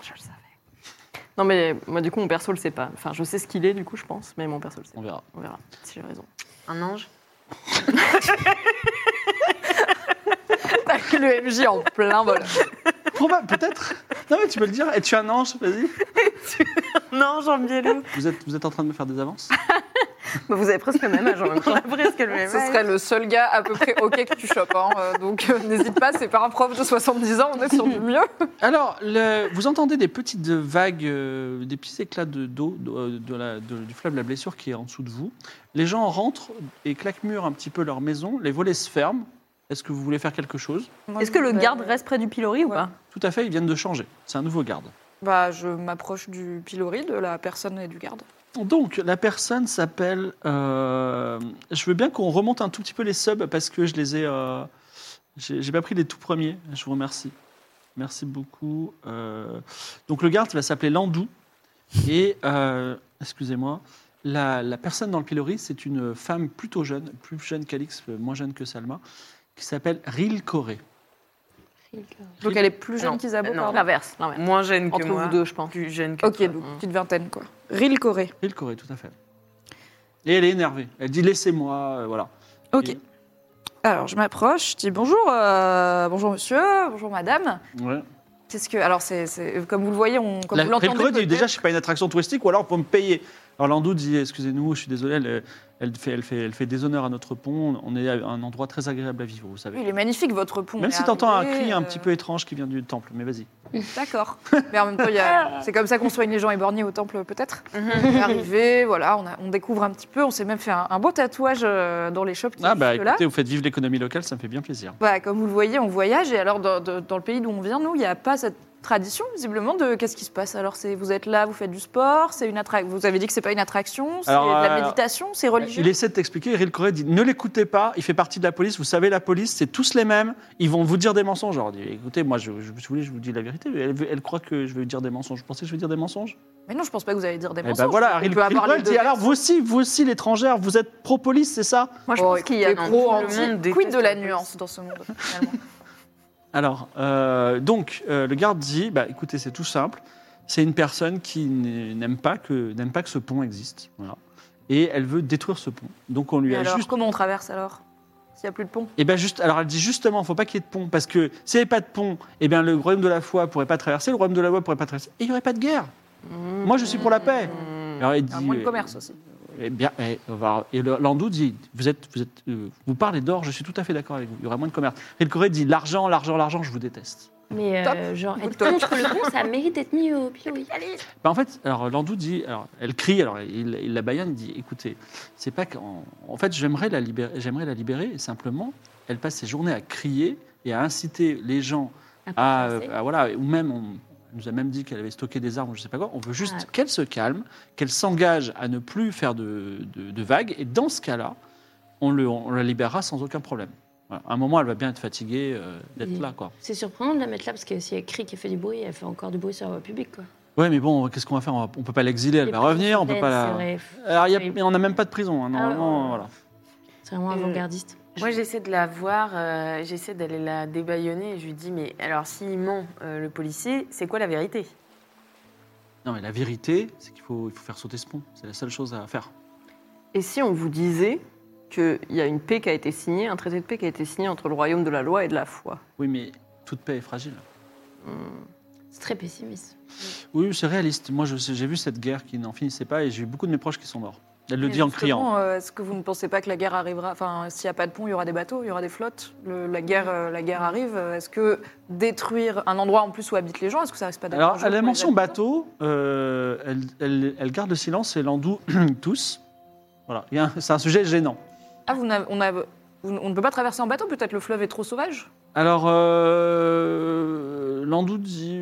S6: je le savais. Non, mais moi, du coup, mon perso le sait pas. Enfin, je sais ce qu'il est, du coup, je pense, mais mon perso le sait
S2: On
S6: pas.
S2: verra.
S6: On verra si j'ai raison.
S4: Un ange.
S3: le MJ en plein vol.
S2: Proba- Peut-être. Non, mais tu peux le dire. Et tu es un ange, vas-y.
S4: Un ange en bielou.
S2: Vous êtes, vous êtes en train de me faire des avances
S6: Bah, vous avez presque le même âge en même temps.
S4: presque le même.
S3: Ce serait le seul gars à peu près OK que tu chopes. hein, euh, Donc euh, n'hésite pas, c'est pas un prof de 70 ans, on est sur du mieux.
S2: Alors, le- vous entendez des petites vagues, euh, des petits éclats de- d'eau de- euh, de la- de- du fleuve La Blessure qui est en dessous de vous. Les gens rentrent et claquemurent un petit peu leur maison. Les volets se ferment. Est-ce que vous voulez faire quelque chose
S6: Est-ce que le
S4: Euh,
S6: garde reste près du pilori ou
S3: Ouais.
S6: pas
S2: Tout à fait, ils viennent de changer. C'est un nouveau garde.
S3: Bah, je m'approche du pilori, de la personne et du garde.
S2: Donc, la personne s'appelle. euh, je veux bien qu'on remonte un tout petit peu les subs parce que je les ai. euh, J'ai j'ai pas pris les tout premiers. Je vous remercie. Merci beaucoup. Euh, donc, le garde il va s'appeler Landou. Et, euh, excusez-moi, la, la personne dans le pilori, c'est une femme plutôt jeune, plus jeune qu'Alix, euh, moins jeune que Salma, qui s'appelle Ril Coré.
S3: Donc elle est plus
S4: Non,
S3: jeune qu'Isabeau,
S4: non.
S3: Ah pardon.
S6: L'inverse, l'inverse.
S4: Moins jeune que
S6: Entre
S4: moi.
S6: vous deux, je pense.
S4: Plus jeune que
S3: Ok,
S4: toi.
S3: donc petite vingtaine, quoi. Ril Coré.
S2: Ril Coré, tout à fait. Et elle est énervée. Elle dit laissez-moi, euh, voilà.
S3: Ok. Alors, je m'approche, je dis bonjour, euh, bonjour monsieur, bonjour madame.
S2: Ouais.
S3: Qu'est-ce que. Alors, c'est, c'est- comme vous le voyez, on, comme
S2: La
S3: vous
S2: Red Crow
S3: l'entendez.
S2: dit
S3: peut-être,
S2: déjà, je suis pas une attraction touristique, ou alors pour me payer. Alors Landau dit, excusez-nous, je suis désolé, elle, elle fait, elle, fait, elle fait déshonneur à notre pont. On est à un endroit très agréable à vivre, vous savez.
S3: oui, Il est magnifique votre pont.
S2: Même
S3: mais
S2: si tu entends un
S3: arrêtez,
S2: cri un
S3: euh,
S2: petit peu étrange qui vient du temple, mais vas-y.
S3: D'accord. Mais en même temps, il y a- c'est comme ça qu'on soigne les gens éborgnés au temple, peut-être. On est arrivé, voilà, on, a- on découvre un petit peu. On s'est même fait un, un beau tatouage euh, dans les shops qui
S2: Ah bah
S3: existent là.
S2: écoutez, vous faites vivre l'économie locale, ça me fait bien plaisir.
S3: Bah, comme vous le voyez, on voyage. Et alors, dans, dans- dans le pays d'où on vient, nous, il n'y a pas cette tradition, visiblement, de qu'est-ce qui se passe. Alors, c'est vous êtes là, vous faites du sport, c'est une attraction. Vous avez dit que c'est pas une attraction, c'est
S2: Alors,
S3: de la
S2: euh,
S3: méditation, c'est religieux.
S2: Il essaie de t'expliquer, Ril Corée dit, ne l'écoutez pas, il fait partie de la police, vous savez, la police, c'est tous les mêmes, ils vont vous dire des mensonges. Alors, il dit, écoutez, moi, je, je, si vous voulez, je vous dis la vérité, mais elle, veut- elle croit que je vais lui dire des mensonges. Vous pensez que je vais dire des mensonges
S3: Mais non, je pense pas que vous allez dire des
S2: Eh
S3: mensonges.
S2: ben voilà,
S3: On
S2: Ril
S3: peut
S2: Ril
S3: avoir
S2: Corée
S3: les
S2: dit,
S3: deux
S2: alors vous aussi, vous aussi, l'étrangère, vous êtes pro-police, c'est ça
S6: Moi, je
S3: Oh,
S6: pense qu'il y a
S3: les
S6: dans
S3: gros
S6: tout
S3: anti-
S6: le monde des
S3: Quid de la nuance dans ce monde, finalement.
S2: Alors, euh, donc, euh, le garde dit, bah, écoutez, c'est tout simple. C'est une personne qui n'est- n'aime pas que n'aime pas que ce pont existe, voilà. Et elle veut détruire ce pont. Donc on lui
S3: Mais
S2: a
S3: alors,
S2: juste.
S3: comment on traverse alors S'il n'y a plus de pont
S2: Et ben juste. Alors elle dit justement, faut pas qu'il y ait de pont parce que s'il n'y avait pas de pont, eh bien le royaume de la foi pourrait pas traverser, le royaume de la loi pourrait pas traverser, et il y aurait pas de guerre. Moi je suis pour la paix. Alors elle
S3: Il y
S2: dit,
S3: a Mmh. Ah, moins de
S2: euh,
S3: commerce aussi.
S2: Eh bien, eh, on va- et le- Landau dit, vous êtes, vous êtes, euh, vous parlez d'or, je suis tout à fait d'accord avec vous. Il y aura moins de commerce. Et le Corée dit, l'argent, l'argent, l'argent, je vous déteste.
S5: Mais
S3: Top.
S5: euh, genre, être
S3: Top.
S5: contre le pont, ça mérite d'être mis au pilori.
S2: Bah, en fait, alors Landou dit, alors elle crie, alors il, il la baïonne, il dit, écoutez, c'est pas qu'en, en fait j'aimerais la libérer, j'aimerais la libérer. Simplement, elle passe ses journées à crier et à inciter les gens à,
S5: Après, c'est-
S2: à- Ah, euh, voilà, ou même on elle nous a même dit qu'elle avait stocké des armes, je sais pas quoi. On veut juste
S5: Ah.
S2: qu'elle se calme, qu'elle s'engage à ne plus faire de, de- de vagues. Et dans ce cas-là, on, le- on la libérera sans aucun problème. Voilà. À un moment, elle va bien être fatiguée euh, d'être
S5: Oui.
S2: là, quoi.
S5: C'est surprenant de la mettre là parce que si elle crie qu'elle fait du bruit, elle fait encore du bruit sur la voie publique. Quoi.
S2: Ouais, mais bon, qu'est-ce qu'on va faire on, va- on peut pas l'exiler, elle
S5: Les
S2: va revenir, on peut
S5: prisons
S2: pas
S5: d'aide,
S2: la.
S5: c'est vrai.
S2: Alors, il y a-
S5: Oui. Ah,
S2: mais on n'a même pas de prison. hein, normalement,
S5: ouais.
S2: voilà.
S5: C'est vraiment
S4: Euh,
S5: avant-gardiste.
S4: Moi, j'essaie de la voir, euh, j'essaie d'aller la débaillonner et je lui dis Mais alors, s'il ment euh, le policier, c'est quoi la vérité
S2: Non, mais la vérité, c'est qu'il faut, il faut faire sauter ce pont. C'est la seule chose à faire.
S6: Et si on vous disait qu'il y a une paix qui a été signée, un traité de paix qui a été signé entre le royaume de la loi et de la foi
S2: Oui, mais toute paix est fragile.
S5: C'est très pessimiste.
S2: Oui, c'est réaliste. Moi, je- j'ai vu cette guerre qui n'en finissait pas et j'ai eu beaucoup de mes proches qui sont morts. Elle le
S3: Mais
S2: dit en
S3: justement,
S2: criant.
S3: euh, Est-ce que vous ne pensez pas que la guerre arrivera Enfin, s'il n'y a pas de pont, il y aura des bateaux, il y aura des flottes. Le- la, guerre, euh, la guerre arrive. Euh, Est-ce que détruire un endroit en plus où habitent les gens, est-ce que ça risque pas d'être
S2: Alors,
S3: dangereux
S2: à la
S3: pour les
S2: mention
S3: habitants
S2: bateau, euh, elle, elle- elle garde le silence et l'andou tous. Voilà, Il y a un- c'est un sujet gênant.
S3: Ah, vous n'avez- on, a- vous- on ne peut pas traverser en bateau Peut-être le fleuve est trop sauvage
S2: Mmh. Alors, euh, Landou dit.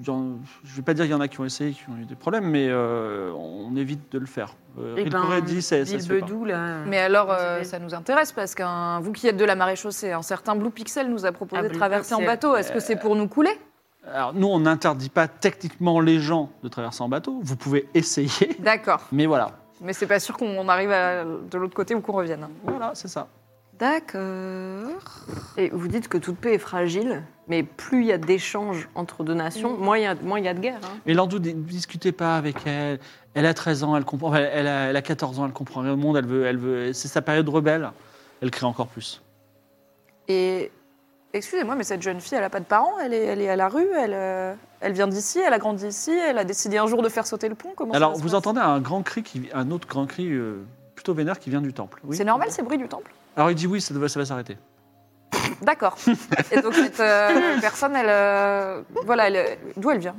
S2: il y en- Je ne vais pas dire qu'il y en a qui ont essayé, qui ont eu des problèmes, mais euh, on évite de le faire. Euh,
S4: Eh
S2: il
S4: ben,
S2: pourrait dire, ça, ça se fait pas.
S4: Bilbedou, là.
S3: Mais alors,
S4: Vas-y,
S3: euh,
S4: vas-y.
S3: ça nous intéresse parce qu'un vous qui êtes de la marée chaussée, un certain Blue Pixel nous a proposé
S4: Ah,
S3: de
S4: Blue
S3: traverser en
S4: Pixel.
S3: bateau. Est-ce que c'est pour nous couler
S2: Alors, nous, on n'interdit pas techniquement les gens de traverser en bateau. Vous pouvez essayer,
S3: D'accord.
S2: mais voilà.
S3: Mais c'est pas sûr qu'on arrive à- de l'autre côté ou qu'on revienne.
S2: Voilà, c'est ça.
S3: D'accord.
S6: Et vous dites que toute paix est fragile, mais plus il y a d'échanges entre deux nations, moins il y a, moins il y a de guerre. hein.
S2: Mais Landou, ne discutez pas avec elle. Elle a 13 ans, elle comprend. enfin, Elle a, elle a 14 ans, elle comprend rien au monde. Elle veut, elle veut. C'est sa période rebelle. Elle crée encore plus.
S3: Et excusez-moi, mais cette jeune fille, elle n'a pas de parents, elle est, elle est à la rue, elle, euh, elle vient d'ici, elle a grandi ici, elle a décidé un jour de faire sauter le pont. Comment ça
S2: Alors,
S3: va se
S2: vous
S3: passer
S2: entendez un grand cri, qui, un autre grand cri euh, plutôt vénère qui vient du temple. Oui.
S3: C'est normal, c'est le bruit du temple.
S2: Alors il dit oui, ça, doit- ça va s'arrêter.
S3: D'accord. Et donc cette euh, personne, elle, euh, voilà, elle, euh, d'où elle vient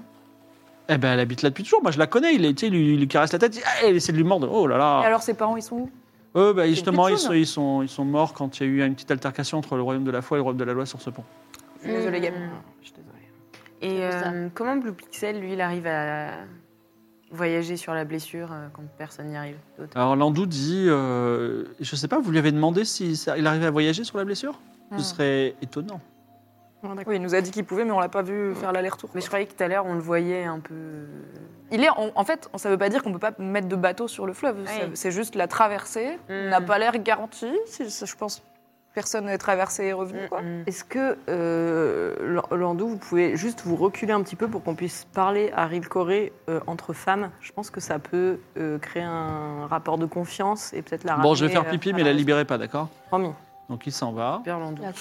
S2: Eh ben, elle habite là depuis toujours. Moi, je la connais. Il, est- tu sais, il, lui, il lui caresse la tête. Il, dit, Ah, elle essaie de lui mordre. Oh là
S3: Et
S2: là.
S3: alors ses parents, ils sont où
S2: Eux, ben,
S3: une
S2: justement, ils
S3: petite
S2: sont,
S3: zone.
S2: ils, sont, ils sont morts quand il y a eu une petite altercation entre le royaume de la foi et le royaume de la loi sur ce pont.
S3: Je suis Désolée, gamin.
S6: Je suis désolée.
S4: Et
S5: C'est pour ça.
S4: euh, comment Blue Pixel, lui, il arrive à voyager sur la blessure euh, quand personne n'y arrive d'autre
S2: Alors Landou dit, euh, je sais pas, vous lui avez demandé si ça- il arrivait à voyager sur la blessure
S6: Hmm.
S2: Ce serait étonnant.
S3: Oui, il nous a dit qu'il pouvait, mais on l'a pas vu faire l'aller-retour.
S4: Mais
S3: quoi.
S4: je croyais que tout à l'heure, on le voyait un peu. euh,
S3: Il est en, en fait, ça veut pas dire qu'on peut pas mettre de bateau sur le fleuve. ça-
S4: Oui.
S3: C'est juste la traversée.
S4: Mm.
S3: N'a pas l'air garantie. si- si- Je pense personne n'est traversée et revenue, quoi.
S6: Est-ce que, euh, Landou, vous pouvez juste vous reculer un petit peu pour qu'on puisse parler à Rilcoré euh, entre femmes Je pense que ça peut euh, créer un rapport de confiance et peut-être la
S2: Bon, je vais
S6: ramener,
S2: faire pipi,
S6: euh,
S2: mais
S6: à
S2: la libérez pas, d'accord
S6: Promis.
S2: Donc il s'en va.
S4: Super Landou.
S6: Donc,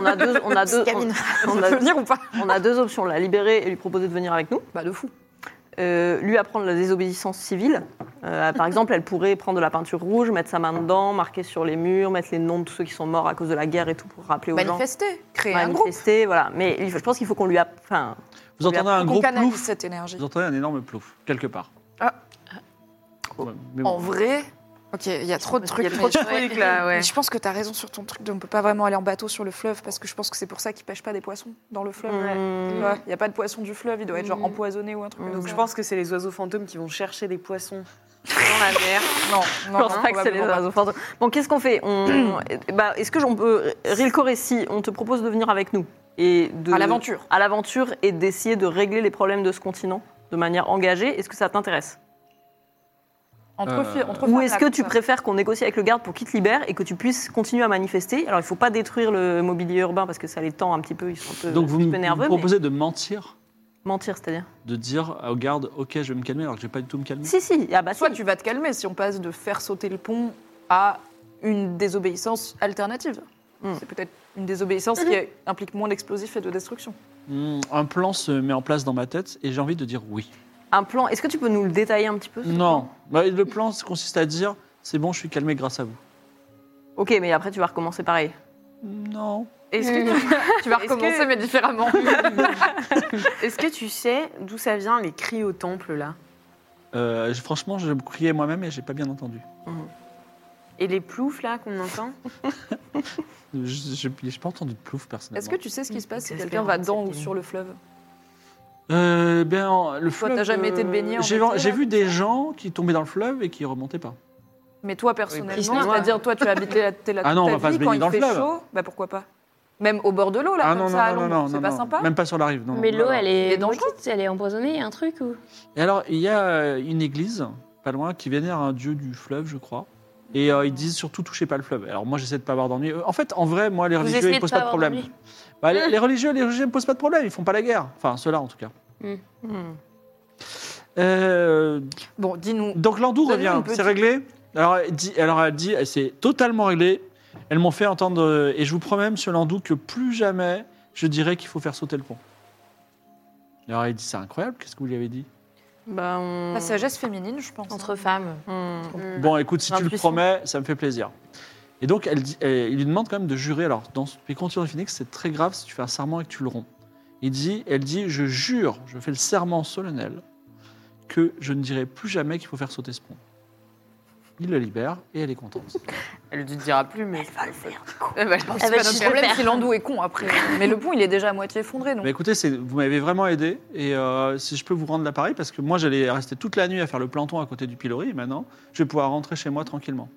S6: on a deux, on a deux, on, on a,
S3: venir ou pas
S6: on a deux options la libérer et lui proposer de venir avec nous.
S3: Bah, de fou.
S6: Euh, lui apprendre la désobéissance civile. Euh, par exemple, elle pourrait prendre de la peinture rouge, mettre sa main dedans, marquer sur les murs, mettre les noms de tous ceux qui sont morts à cause de la guerre et tout pour rappeler aux gens.
S3: Manifester, créer un groupe.
S6: Manifester, voilà. Mais il faut- je pense qu'il faut qu'on lui, app- enfin,
S2: Vous entendez un
S3: Qu'on
S2: gros
S3: canalise
S2: plouf
S3: cette énergie.
S2: Vous entendez un énorme plouf, quelque part.
S3: Ah.
S2: Ouais, mais bon.
S3: En vrai, ok, il y a trop de
S4: Il y
S3: trucs.
S4: a trop de
S3: mais-
S4: trucs là, ouais.
S3: mais je pense que tu as raison sur ton truc de on peut pas vraiment aller en bateau sur le fleuve parce que je pense que c'est pour ça qu'ils pêchent pas des poissons dans le fleuve.
S6: hum,
S3: Il n'y a pas de poisson du fleuve, il doit être genre
S4: Mm.
S3: empoisonné ou un truc. comme
S4: Donc
S3: ça.
S4: je pense que c'est les oiseaux fantômes qui vont chercher des poissons dans la mer.
S3: Non,
S6: Je
S3: non,
S6: pense
S3: non,
S6: pas que c'est les
S3: probablement pas.
S6: oiseaux fantômes. Bon, qu'est-ce qu'on fait on, bah, Est-ce que j'en peux. Rilko Ressi, on te propose de venir avec nous. Et de,
S3: À l'aventure.
S6: À l'aventure et d'essayer de régler les problèmes de ce continent de manière engagée. Est-ce que ça t'intéresse
S3: Entre
S2: Euh,
S3: filles, entre
S6: Ou
S3: femmes,
S6: est-ce
S3: là,
S6: que
S3: comme
S6: tu
S3: ça.
S6: préfères qu'on négocie avec le garde pour qu'il te libère et que tu puisses continuer à manifester Alors, il ne faut pas détruire le mobilier urbain parce que ça les tend un petit peu. Ils sont un peu,
S2: Donc vous
S6: un petit
S2: me
S6: peu
S2: vous
S6: nerveux.
S2: me
S6: mais
S2: proposez de mentir,
S6: Mentir, c'est-à-dire
S2: de dire au garde, ok, je vais me calmer alors que je vais pas du tout me calmer.
S6: Si, si. Ah, bah, si.
S3: Soit tu vas te calmer si on passe de faire sauter le pont à une désobéissance alternative.
S6: Mm.
S3: C'est peut-être une désobéissance qui implique moins d'explosifs et de destruction.
S2: Hmm, un plan se met en place dans ma tête et j'ai envie de dire oui.
S6: Un plan. Est-ce que tu peux nous le détailler un petit peu ce
S2: Non, Bah, le plan ça consiste à dire, c'est bon, je suis calmé grâce à vous.
S6: Ok, mais après, tu vas recommencer pareil.
S2: Non.
S4: Est-ce que tu,
S3: Tu vas
S4: Est-ce recommencer, que-
S3: mais différemment.
S4: est-ce que tu sais d'où ça vient les cris au temple là
S2: Euh, je- franchement, je criais moi-même et j'ai pas bien entendu.
S4: Et les ploufs là qu'on entend
S2: Je- Je n'ai pas entendu de plouf personnellement.
S3: Est-ce que tu sais ce qui se passe si
S4: J'espère
S3: quelqu'un va
S4: que
S3: dedans ou
S4: c'était-
S3: sur le fleuve
S2: Euh, ben, le
S3: Toi,
S2: fleuve,
S3: t'as jamais été te baigner en
S2: J'ai
S3: été,
S2: j'ai
S3: là
S2: vu des gens qui tombaient dans le fleuve et qui remontaient pas.
S3: Mais toi,
S4: Christine,
S3: personnellement,
S4: moi.
S3: c'est-à-dire, toi, tu as habité la, t'es là
S2: Ah
S3: toute
S2: non, on
S3: ta
S2: va pas se
S3: vie,
S2: baigner
S3: quand il
S2: dans le
S3: fait
S2: fleuve.
S3: chaud, bah pourquoi pas Même au bord de l'eau, là,
S2: ah
S3: comme
S2: non, non,
S3: ça, à
S2: non,
S3: Londres,
S2: non, non,
S3: c'est
S2: non,
S3: pas
S2: non.
S3: sympa
S2: Même pas sur la rive. Non,
S5: Mais
S2: non,
S5: l'eau,
S2: non.
S5: elle est,
S3: est dangereuse.
S5: elle est empoisonnée, il y a un truc ou
S2: Et alors, il y a euh, une église, pas loin, qui vénère un dieu du fleuve, je crois. Et euh, ils disent surtout touchez pas le fleuve. Alors moi j'essaie de pas avoir d'ennui. Euh, En fait, en vrai, moi les religieux ils
S5: essayez
S2: me
S5: de
S2: posent
S5: pas
S2: pas de
S5: avoir
S2: problème. Bah, les, les religieux, les religieux me posent pas de problème. Ils font pas la guerre. Enfin ceux-là en tout cas.
S6: Hmm.
S2: Euh,
S3: Bon, dis-nous.
S2: donc Landou
S3: Donnez-nous
S2: revient.
S3: une petite-
S2: C'est réglé. Alors elle dit, alors elle dit, c'est totalement réglé. Elles m'ont fait entendre euh, et je vous promets Monsieur Landou que plus jamais je dirais qu'il faut faire sauter le pont. Alors elle dit c'est incroyable. Qu'est-ce que vous lui avez dit
S6: Bah, on-
S3: La sagesse féminine, je pense.
S5: entre femmes.
S6: Hmm.
S4: Mmh.
S3: Mm.
S2: Bon, écoute, si tu le
S6: Intuition.
S2: promets, ça me fait plaisir. Et donc, elle dit- elle- il lui demande quand même de jurer. Alors, dans ce les conditions de Phoenix, c'est très grave si tu fais un serment et que tu le romps. Il dit, elle dit, je jure, je fais le serment solennel que je ne dirai plus jamais qu'il faut faire sauter ce pont. Il le libère et elle est contente.
S4: Elle ne dira plus, mais. Elle va le faire du coup. Elle va le
S5: Elle va
S3: Le
S5: juste le
S3: problème,
S5: faire.
S3: c'est l'endou est con après. Mais le pont, il est déjà à moitié effondré, donc.
S2: Mais Bah, écoutez, c'est- vous m'avez vraiment aidé et euh, si je peux vous rendre l'appareil, parce que moi j'allais rester toute la nuit à faire le planton à côté du pilori, et maintenant je vais pouvoir rentrer chez moi tranquillement.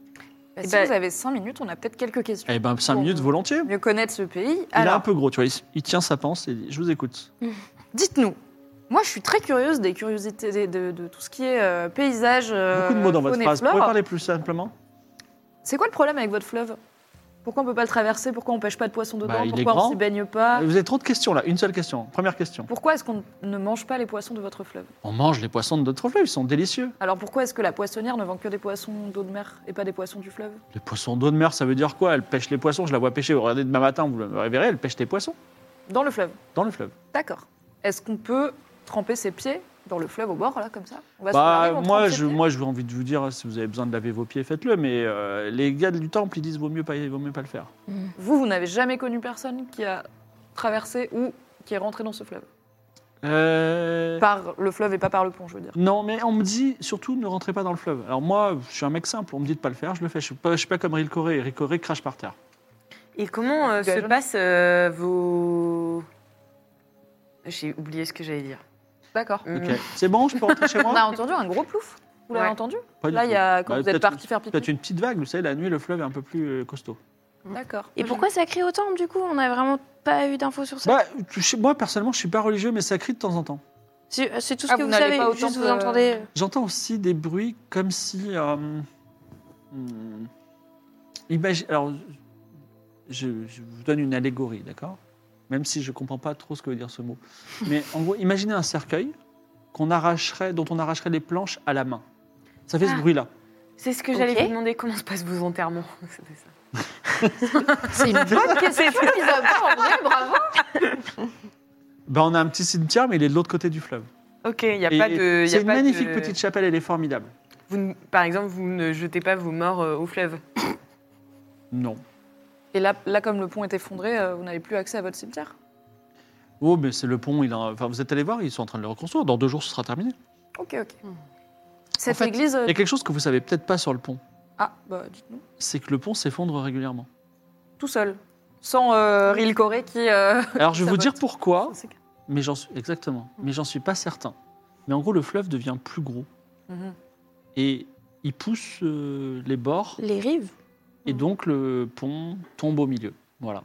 S3: Bah,
S4: Eh
S3: si
S4: ben-
S3: vous avez 5 minutes, on a peut-être quelques questions.
S2: Eh ben, 5
S3: Bon.
S2: minutes volontiers.
S3: Mieux connaître ce pays.
S2: Il est un
S3: Alors,
S2: peu gros, tu vois, il, il tient sa panse et il dit, je vous écoute.
S3: dites-nous. Moi, je suis très curieuse des curiosités de, de- de tout ce qui est euh, paysage. euh,
S2: Beaucoup de mots dans votre
S3: faune et
S2: phrase. Vous
S3: flore.
S2: pouvez parler plus simplement
S3: C'est quoi le problème avec votre fleuve Pourquoi on peut pas le traverser Pourquoi on pêche pas de poissons dedans
S2: Bah, il est
S3: Pourquoi on
S2: grand.
S3: s'y baigne pas
S2: Vous avez trop de questions là, une seule question. Première question.
S3: Pourquoi est-ce qu'on ne mange pas les poissons de votre fleuve
S2: On mange les poissons de notre fleuve, ils sont délicieux.
S3: Alors pourquoi est-ce que la poissonnière ne vend que des poissons d'eau de mer et pas des poissons du fleuve
S2: Les poissons d'eau de mer, ça veut dire quoi Elle pêche les poissons, je la vois pêcher. Vous Regardez demain matin, vous me réveillerez, elle pêche les poissons
S3: Dans le fleuve.
S2: dans le fleuve.
S3: D'accord. Est-ce qu'on peut tremper ses pieds dans le fleuve au bord, là, comme ça On va se
S2: Bah,
S3: marier, on
S2: moi,
S3: trempe ses
S2: je,
S3: pieds
S2: moi, j'ai envie de vous dire, si vous avez besoin de laver vos pieds, faites-le. Mais euh, les gars du temple, ils disent vaut mieux pas, vaut mieux pas le faire.
S3: Vous, vous n'avez jamais connu personne qui a traversé ou qui est rentré dans ce fleuve
S2: Euh,
S3: Par le fleuve et pas par le pont, je veux dire.
S2: Non, mais on me dit surtout ne rentrez pas dans le fleuve. Alors moi, je suis un mec simple. On me dit de pas le faire, je le fais. Je suis pas, je suis pas comme Rick Coré. Rick Coré crache par terre.
S4: Et comment euh,
S3: Tu as
S4: se
S3: jaune
S4: passent euh, vos. J'ai oublié ce que j'allais dire.
S3: D'accord.
S2: Ok.
S4: Mm.
S2: C'est bon, je peux rentrer chez
S3: On a
S2: moi.
S3: entendu un gros plouf. Vous l'avez
S4: Ouais.
S3: entendu
S2: Pas du
S3: Là, il y
S2: tout.
S3: a quand
S2: Bah,
S3: vous êtes
S2: peut-être
S3: parti faire
S2: Peut-être
S3: pipi.
S2: une petite vague, vous savez, la nuit, le fleuve est un peu plus euh, costaud.
S3: D'accord.
S5: Et pourquoi ça crie au temple du coup On n'a vraiment pas eu d'infos sur ça.
S2: Bah, tu sais, moi, personnellement, je suis pas religieux, mais ça crie de temps en temps.
S5: C'est c'est tout ce
S3: Ah,
S5: que
S3: vous
S5: vous,
S3: n'allez
S5: savez,
S3: pas au
S5: juste
S3: temple,
S5: vous entendez. euh,
S2: J'entends aussi des bruits comme si. euh, hmm, imagi- alors, je, je vous donne une allégorie, d'accord Même si je ne comprends pas trop ce que veut dire ce mot. Mais en gros, imaginez un cercueil qu'on arracherait, dont on arracherait les planches à la main. Ça fait ce
S4: Ah.
S2: bruit-là.
S4: C'est ce que j'allais
S5: Ok.
S4: vous demander. Comment se passe vos enterrements C'était ça.
S5: C'est une bonne question.
S2: Ben, on a un petit cimetière, mais il est de l'autre côté du fleuve.
S4: Ok, il n'y a
S2: Et-
S4: pas de. y a
S2: C'est une
S4: pas de-
S2: magnifique petite chapelle, elle est formidable.
S4: Vous ne- par exemple, vous ne jetez pas vos morts euh, au fleuve.
S2: Non.
S3: Et là, là, comme le pont est effondré, euh, vous n'avez plus accès à votre cimetière.
S2: Oh, mais c'est le pont, il a... enfin, vous êtes allé voir, ils sont en train de le reconstruire. Dans deux jours, ce sera terminé.
S4: Euh,
S3: Ok, ok. Cette
S2: En fait,
S3: église. euh,
S2: Il y a quelque chose que vous savez peut-être pas sur le pont,
S3: Ah, bah dites-nous.
S2: c'est que le pont s'effondre régulièrement.
S3: Tout seul. Sans euh, Ril Coré qui. euh,
S2: Alors je vais
S3: Ça
S2: vous
S3: va.
S2: dire pourquoi,
S6: C'est-
S2: mais j'en suis exactement, mais j'en suis pas certain. Mais en gros, le fleuve devient plus gros et il pousse euh, les bords
S5: Les rives.
S2: et donc le pont tombe au milieu. Voilà.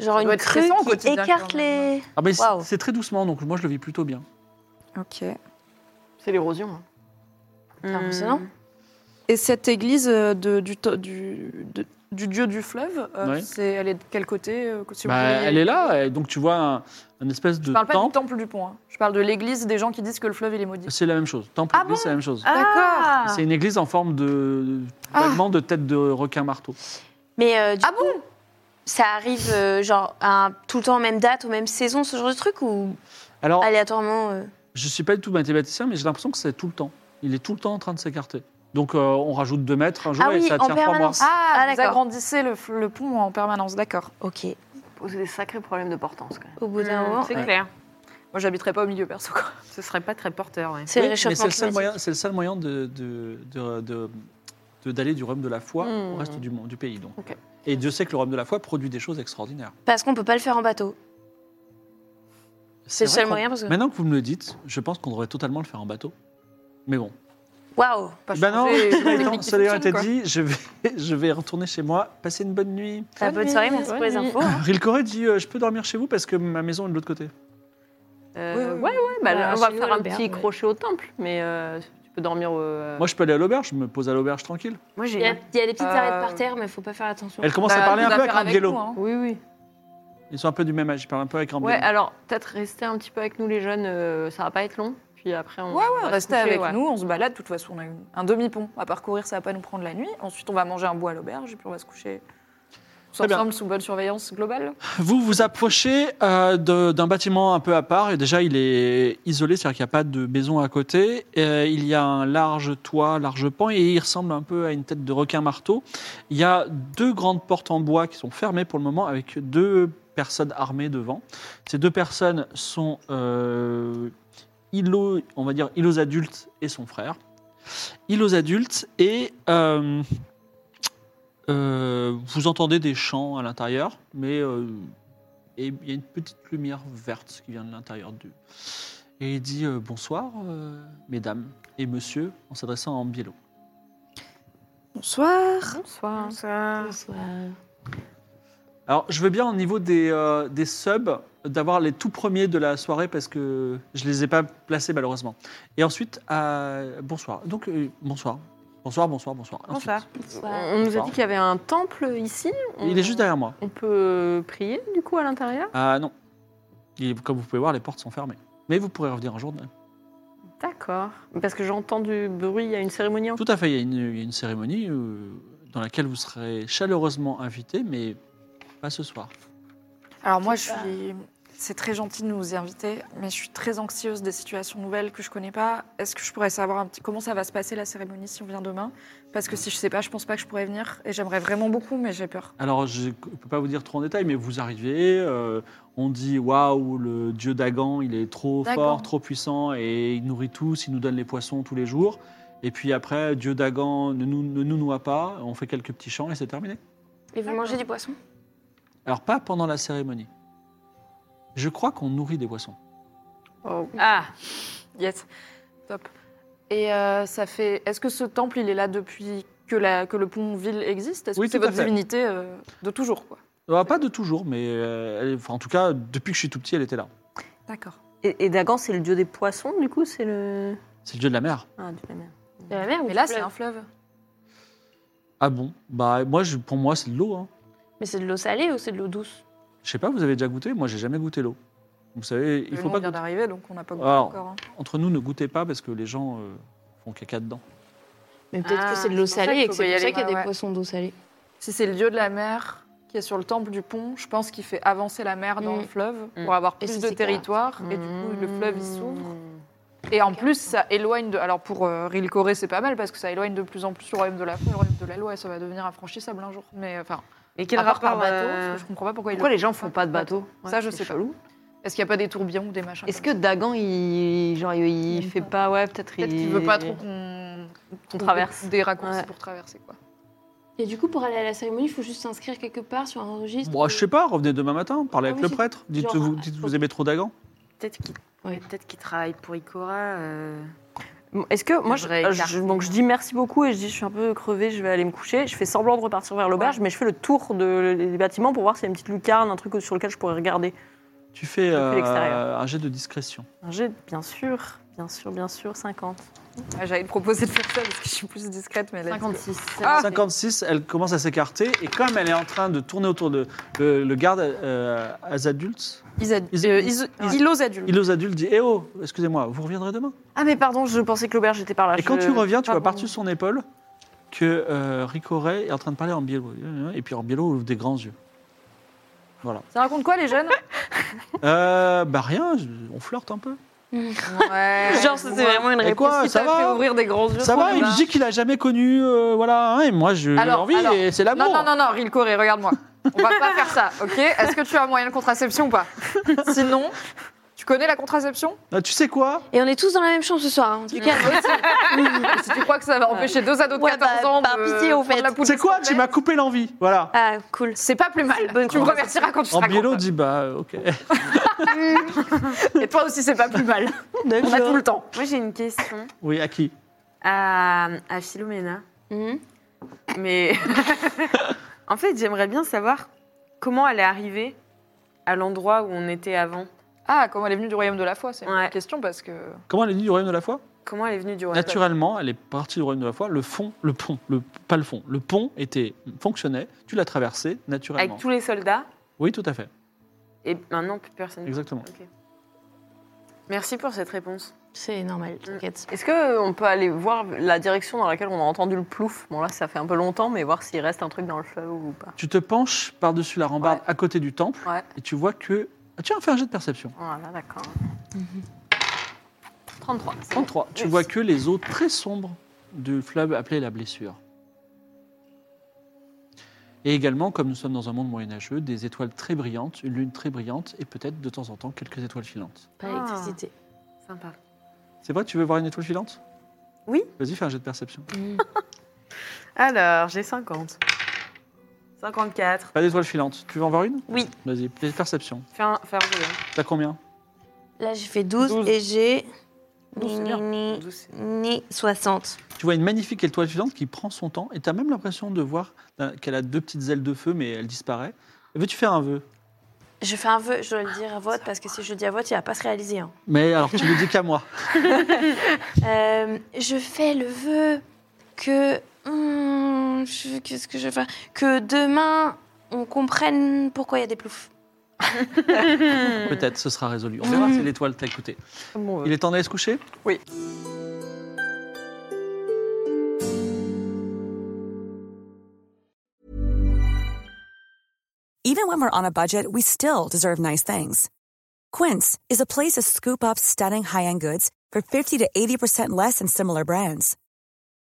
S5: Genre
S3: Ça doit
S5: une
S3: être
S5: crue
S3: stressant au
S5: qui
S3: quotidien,
S5: écarte
S3: quand même.
S5: les.
S2: Ah mais c'est-
S5: Waouh.
S2: c'est très doucement, donc moi je le vis plutôt bien.
S3: Ok.
S6: C'est l'érosion. hein.
S5: C'est
S4: Hmm.
S5: impressionnant.
S3: Et cette église euh, de, du, to- du, de- du dieu du fleuve, euh,
S2: Ouais.
S3: c'est, elle est de quel côté euh, si vous
S2: Bah,
S3: pourriez-
S2: elle est là, et donc tu vois un, un espèce de
S3: Je parle pas
S2: temple.
S3: du temple du pont. hein. Je parle de l'église des gens qui disent que le fleuve il est maudit.
S2: C'est la même chose. Temple,
S4: Ah
S2: église, c'est la même chose.
S4: Ah
S2: C'est une église en forme de
S5: Ah.
S2: vaguement de tête de requin marteau.
S5: Mais euh, du
S3: Ah
S5: coup, ça arrive euh, genre à un- tout le temps aux mêmes dates, aux mêmes saisons, ce genre de truc ou
S2: Alors
S5: aléatoirement euh,
S2: Je suis pas du tout mathématicien, mais j'ai l'impression que c'est tout le temps. Il est tout le temps en train de s'écarter. Donc euh, on rajoute 2 mètres un jour
S5: Ah
S2: et
S5: oui,
S2: ça
S5: en
S2: tient trois mois.
S5: permanence.
S3: Ah,
S5: Ah,
S3: vous
S5: d'accord.
S3: agrandissez le, f- le pont en permanence, d'accord.
S5: Ok.
S6: Poser des sacrés problèmes de portance, quand même.
S5: Au bout d'un
S4: Hum,
S5: moment,
S4: C'est
S2: Ouais.
S4: clair.
S3: Moi, j'habiterai pas au milieu perso. quoi.
S4: Ce serait pas très porteur. ouais.
S5: c'est
S2: Oui,
S5: le
S2: mais
S5: réchauffement
S2: c'est le seul
S5: climatique.
S2: moyen, c'est le seul moyen de, de- de- de- de- d'aller du rhum de la foi
S6: Hmm.
S2: au reste du, monde- du pays. Donc.
S6: Ok.
S2: Et Dieu sait que le rhum de la foi produit des choses extraordinaires.
S5: Parce qu'on peut pas le faire en bateau. C'est le
S2: vrai
S5: seul
S2: qu'on-
S5: moyen parce que.
S2: Maintenant que vous me le dites, je pense qu'on devrait totalement le faire en bateau. Mais bon.
S5: Waouh.
S3: Pas
S2: Ben non,
S3: changer, euh, les
S2: Maintenant,
S3: techniques qui
S2: cela ayant été
S3: fonctionnent, quoi.
S2: dit, je vais, je vais retourner chez moi, passer une bonne nuit.
S5: Bah, bonne soirée, merci pour les infos. hein.
S2: Rilcoré dit euh, Je peux dormir chez vous parce que ma maison est de l'autre côté.
S5: Oui,
S6: Euh,
S5: oui,
S6: ouais, ouais, bah,
S5: Bah,
S6: on va
S5: chez nous,
S6: faire
S5: à
S6: un
S5: l'auberge,
S6: petit
S5: ouais.
S6: crochet au temple, mais euh, tu peux dormir au. euh,
S2: Moi, je peux aller à l'auberge, je me pose à l'auberge tranquille.
S4: Moi,
S5: Il y, a,
S4: j'ai.
S5: il y a des petites
S3: Euh,
S5: arêtes par terre, mais faut pas faire attention.
S2: Elle commence à
S3: Bah,
S2: parler un
S3: vous
S2: peu avec
S3: affaire
S2: Angelo.
S3: nous, hein.
S6: Oui, oui.
S2: Ils sont un peu du même âge, ils parlent un peu avec Angelo.
S6: Ouais, alors peut-être rester un petit peu avec nous les jeunes, euh, ça va pas être long. Puis après, on,
S3: Ouais,
S6: on
S3: ouais,
S6: va se
S3: restez
S6: coucher,
S3: avec
S6: ouais.
S3: nous, on se balade. De toute façon, on a une- un demi-pont à parcourir, ça va pas nous prendre la nuit. Ensuite, on va manger un bois à l'auberge et puis on va se coucher. Tous
S2: Très bien.
S3: ensemble, sous bonne surveillance globale.
S2: Vous vous approchez euh, de- d'un bâtiment un peu à part, et déjà il est isolé, c'est-à-dire qu'il n'y a pas de maison à côté. Euh, il y a un large toit, large pan, et il ressemble un peu à une tête de requin-marteau. Il y a deux grandes portes en bois qui sont fermées pour le moment, avec deux personnes armées devant. Ces deux personnes sont euh, Ilo, on va dire Ilos adulte et son frère. Ilos adulte et euh, euh, vous entendez des chants à l'intérieur, mais euh, et il y a une petite lumière verte qui vient de l'intérieur du. Et il dit euh, bonsoir, euh, mesdames et monsieur, en s'adressant en biello.
S3: Bonsoir.
S6: Bonsoir.
S2: Alors, je veux bien au niveau des, euh, des subs d'avoir les tout premiers de la soirée parce que je les ai pas placés malheureusement. Et ensuite, euh, bonsoir. Donc, euh, bonsoir. Bonsoir, bonsoir, bonsoir.
S4: Bonsoir.
S2: Ensuite,
S5: Bonsoir.
S6: On nous a
S2: Bonsoir.
S6: dit qu'il y avait un temple ici. On,
S2: il est juste derrière moi.
S6: On peut euh, prier du coup à l'intérieur
S2: Ah non. Et comme vous pouvez voir, les portes sont fermées. Mais vous pourrez revenir un jour.
S6: D'accord. Parce que j'entends du bruit, il y a une cérémonie en
S2: Tout à fait, il y a une, il y a une cérémonie euh, dans laquelle vous serez chaleureusement invité, mais pas ce soir.
S3: Alors, moi, je suis. C'est très gentil de nous y inviter, mais je suis très anxieuse des situations nouvelles que je connais pas. Est-ce que je pourrais savoir un petit comment ça va se passer la cérémonie si on vient demain Parce que si je sais pas, je pense pas que je pourrais venir et j'aimerais vraiment beaucoup, mais j'ai peur.
S2: Alors, je ne peux pas vous dire trop en détail, mais vous arrivez, euh, on dit waouh, le dieu Dagan, il est trop
S3: Dagan.
S2: fort, trop puissant, et il nourrit tous, il nous donne les poissons tous les jours. Et puis après, dieu Dagan ne nous, ne nous noie pas, on fait quelques petits chants et c'est terminé.
S5: Et vous mangez du poisson
S2: Alors, pas pendant la cérémonie. Je crois qu'on nourrit des poissons.
S4: Ah
S3: Yes, top. Et euh, ça fait. Est-ce que ce temple, il est là depuis que, la... que le pont ville existe Est-ce
S2: Oui,
S3: que c'est
S2: tout à
S3: votre
S2: fait.
S3: divinité euh, de toujours, quoi
S2: Ah, pas de toujours, mais euh, elle- enfin, en tout cas, depuis que je suis tout petit, elle était là.
S3: D'accord.
S6: Et, et Dagan, c'est le dieu des poissons, du coup, c'est le.
S2: C'est le dieu de la mer.
S6: Ah, dieu de la mer.
S5: De la mer ou
S3: Mais
S5: du
S3: là,
S5: fleuve
S3: c'est un fleuve.
S2: Ah bon Bah moi, je- pour moi, c'est de l'eau. hein.
S5: Mais c'est de l'eau salée ou c'est de l'eau douce
S2: Je sais pas, vous avez déjà goûté Moi, j'ai jamais goûté l'eau. Vous savez, il
S3: Le
S2: faut
S3: nom
S2: pas
S3: vient
S2: goûter.
S3: d'arriver, donc on n'a pas goûté
S2: Alors.
S3: encore. hein.
S2: Entre nous, ne goûtez pas parce que les gens euh, font caca dedans.
S5: Mais peut-être
S4: Ah,
S5: que c'est de l'eau
S4: c'est pour ça
S5: salée
S4: qu'il
S5: et que
S4: faut
S5: c'est
S4: y
S5: pour ça
S4: aller.
S5: qu'il y a
S3: Ouais,
S5: des
S3: ouais.
S5: poissons d'eau salée.
S3: Si c'est le dieu de la mer qui est sur le temple du pont, je pense qu'il fait avancer la mer dans
S5: Mm.
S3: le fleuve
S4: Mm.
S3: pour avoir
S5: Et
S3: plus
S5: si
S3: de
S5: c'est clair.
S3: territoire. Et du coup, le fleuve, il s'ouvre. Et en plus, ça éloigne de. Alors pour euh, Rilcoré, c'est pas mal parce que ça éloigne de plus en plus le royaume de la foi, le royaume de la loi, et ça va devenir infranchissable un jour. Mais enfin,
S4: Et quel
S3: à part par
S4: rapport
S3: bateau,
S4: euh,
S3: parce que je comprends pas pourquoi,
S6: Pourquoi
S3: il
S6: les gens font pas de bateau
S3: Ça, je sais pas.
S6: chelou.
S3: Est-ce qu'il n'y a pas des tourbillons ou des machins
S6: Est-ce que
S3: comme ça
S6: Dagan, il, genre, il,
S3: Il
S6: fait pas. Ouais, peut-être
S3: peut-être qu'il veut pas trop qu'on
S6: qu'on traverse.
S3: des raccourcis
S6: Ouais.
S3: pour traverser quoi.
S5: Et du coup, pour aller à la cérémonie, il faut juste s'inscrire quelque part sur un registre.
S2: Moi, je sais pas, revenez demain matin, parlez
S5: Ah
S2: avec
S5: oui,
S2: le
S5: c'est
S2: prêtre. Dites,
S5: genre,
S2: vous,
S5: ah,
S2: dites
S5: faut-
S2: vous aimez trop Dagan
S4: Peut-être qu'il
S5: Ouais.
S4: peut-être qu'il travaille pour Ikora. euh,
S6: Est-ce que moi,
S4: Le
S6: je,
S4: vrai
S6: euh,
S4: écart.
S6: je- donc je dis merci beaucoup et je dis je suis un peu crevée, je vais aller me coucher. Je fais semblant de repartir vers l'auberge, mais je fais le tour de- des bâtiments pour voir s'il y a une petite lucarne, un truc sur lequel je pourrais regarder.
S2: Tu fais
S6: Je fais
S2: euh,
S6: l'extérieur.
S2: un jet de discrétion.
S6: Un jet, bien sûr, bien sûr, bien sûr, 50.
S3: Ah, J'allais te proposer de faire ça parce que je suis plus discrète, mais là,
S6: 56.
S3: Ah
S2: 56, elle commence à s'écarter et comme elle est en train de tourner autour de le, le garde euh, aux adultes,
S3: ils ad-
S2: Ils-
S3: euh, ils-
S2: Ouais.
S3: ils osent adultes.
S2: il aux adultes dit Eh oh, excusez-moi, vous reviendrez demain.
S6: Ah, mais pardon, je pensais que l'auberge était
S3: Ah,
S6: par là.
S2: Et quand
S6: Je-
S2: tu reviens, tu vois
S6: pardon.
S2: par-dessus son épaule que euh, Ricoret est en train de parler en biélo. Et puis en biélo ouvre des grands yeux.
S3: Ça raconte quoi les jeunes
S2: Euh, bah rien, on flirte un peu.
S3: Ouais.
S5: Genre, ça, c'est vraiment une
S2: Et
S5: réponse.
S2: quoi,
S3: Qui
S2: ça
S3: t'a fait
S2: va
S3: ouvrir des grands yeux
S2: Ça
S3: trop
S2: va, il
S3: bien.
S2: me dit qu'il a jamais connu, euh, voilà, hein, et moi je- j'ai
S3: Alors,
S2: envie,
S3: alors.
S2: et c'est l'amour.
S3: Non, non, non, non, Rilcoré, regarde-moi. On va pas faire ça, ok Est-ce que tu as un moyen de contraception ou pas Sinon, tu connais la contraception
S2: Ah, Tu sais quoi
S5: Et on est tous dans la même chambre ce soir. hein, Du calme.
S3: Si tu crois que ça va empêcher deux ados de
S5: Ouais,
S3: 14
S5: bah,
S3: ans
S5: par
S3: de
S5: pitié, au
S3: prendre
S5: fait.
S3: la poudre
S2: C'est quoi
S3: de
S2: Tu m'as coupé l'envie, voilà.
S5: Ah, cool.
S3: C'est pas plus mal.
S5: bonne
S3: tu me
S5: conversation.
S3: remercieras quand tu
S2: En
S3: seras
S2: biélo
S3: grande.
S2: dit bah euh, ok.
S3: Et toi aussi, c'est pas plus mal. On a tout le temps.
S4: Moi, j'ai une question
S2: Oui, à qui
S4: à, à Philomena.
S5: Mhm.
S4: Mais en fait, j'aimerais bien savoir comment elle est arrivée à l'endroit où on était avant.
S3: Ah, comment elle est venue du royaume de la foi C'est une
S4: Ouais.
S3: bonne question parce que.
S2: Comment elle est venue du royaume de la foi
S4: Comment elle est venue du royaume
S2: Naturellement, elle est partie du royaume de la foi. Le fond, le pont, le pas le fond, le pont était fonctionnait. Tu l'as traversé naturellement.
S4: Avec tous les soldats.
S2: Oui, tout à fait,
S4: Et maintenant, plus personne.
S2: exactement.
S4: Merci pour cette réponse.
S5: C'est normal, t'inquiète.
S6: Est-ce qu'on peut aller voir la direction dans laquelle on a entendu le plouf Bon, là, ça fait un peu longtemps, mais voir s'il reste un truc dans le fleuve ou pas.
S2: Tu te penches par-dessus la rambarde à côté du temple
S6: Ouais.
S2: et tu vois que Ah, tiens, fais un jet de perception.
S6: Voilà, d'accord. Mhm. 33. c'est bon.
S2: 33. Tu
S6: Oui.
S2: vois que les eaux très sombres du fleuve appelé la blessure. Et également, comme nous sommes dans un monde moyenâgeux, des étoiles très brillantes, une lune très brillante et peut-être de temps en temps quelques étoiles filantes.
S5: Pas d'électricité.
S4: Sympa.
S2: C'est vrai, tu veux voir une étoile filante
S4: Oui.
S2: Vas-y, fais un jet de perception.
S5: Mhm.
S4: Alors, j'ai 50. 54.
S2: Pas d'étoile filante. Tu veux en voir une
S4: Oui.
S2: Vas-y, per- perception.
S4: Faire un, hein. faire rouler.
S2: T'as combien
S5: Là, j'ai fait 12, et j'ai. Ni,
S4: Douce.
S5: ni 60.
S2: Tu vois une magnifique étoile filante qui prend son temps et t'as même l'impression de voir euh, qu'elle a deux petites ailes de feu, mais elle disparaît. Veux-tu faire un vœu
S5: Je fais un vœu, je dois le dire à vote parce que si je le dis à vote, il va pas se réaliser. hein.
S2: Mais alors, tu le dis qu'à moi.
S5: Euh, je fais le vœu que. Hmm, je- Qu'est-ce que je fais Que demain, on comprenne pourquoi il y a des ploufs.
S2: Peut-être ce sera résolu. On verra si l'étoile t'a écouté.
S6: Bon,
S2: Il est temps d'aller se coucher
S6: Oui.
S7: Even when we're on a budget, we still deserve nice things. Quince is a place to scoop up stunning high-end goods for 50 to 80% less than similar brands.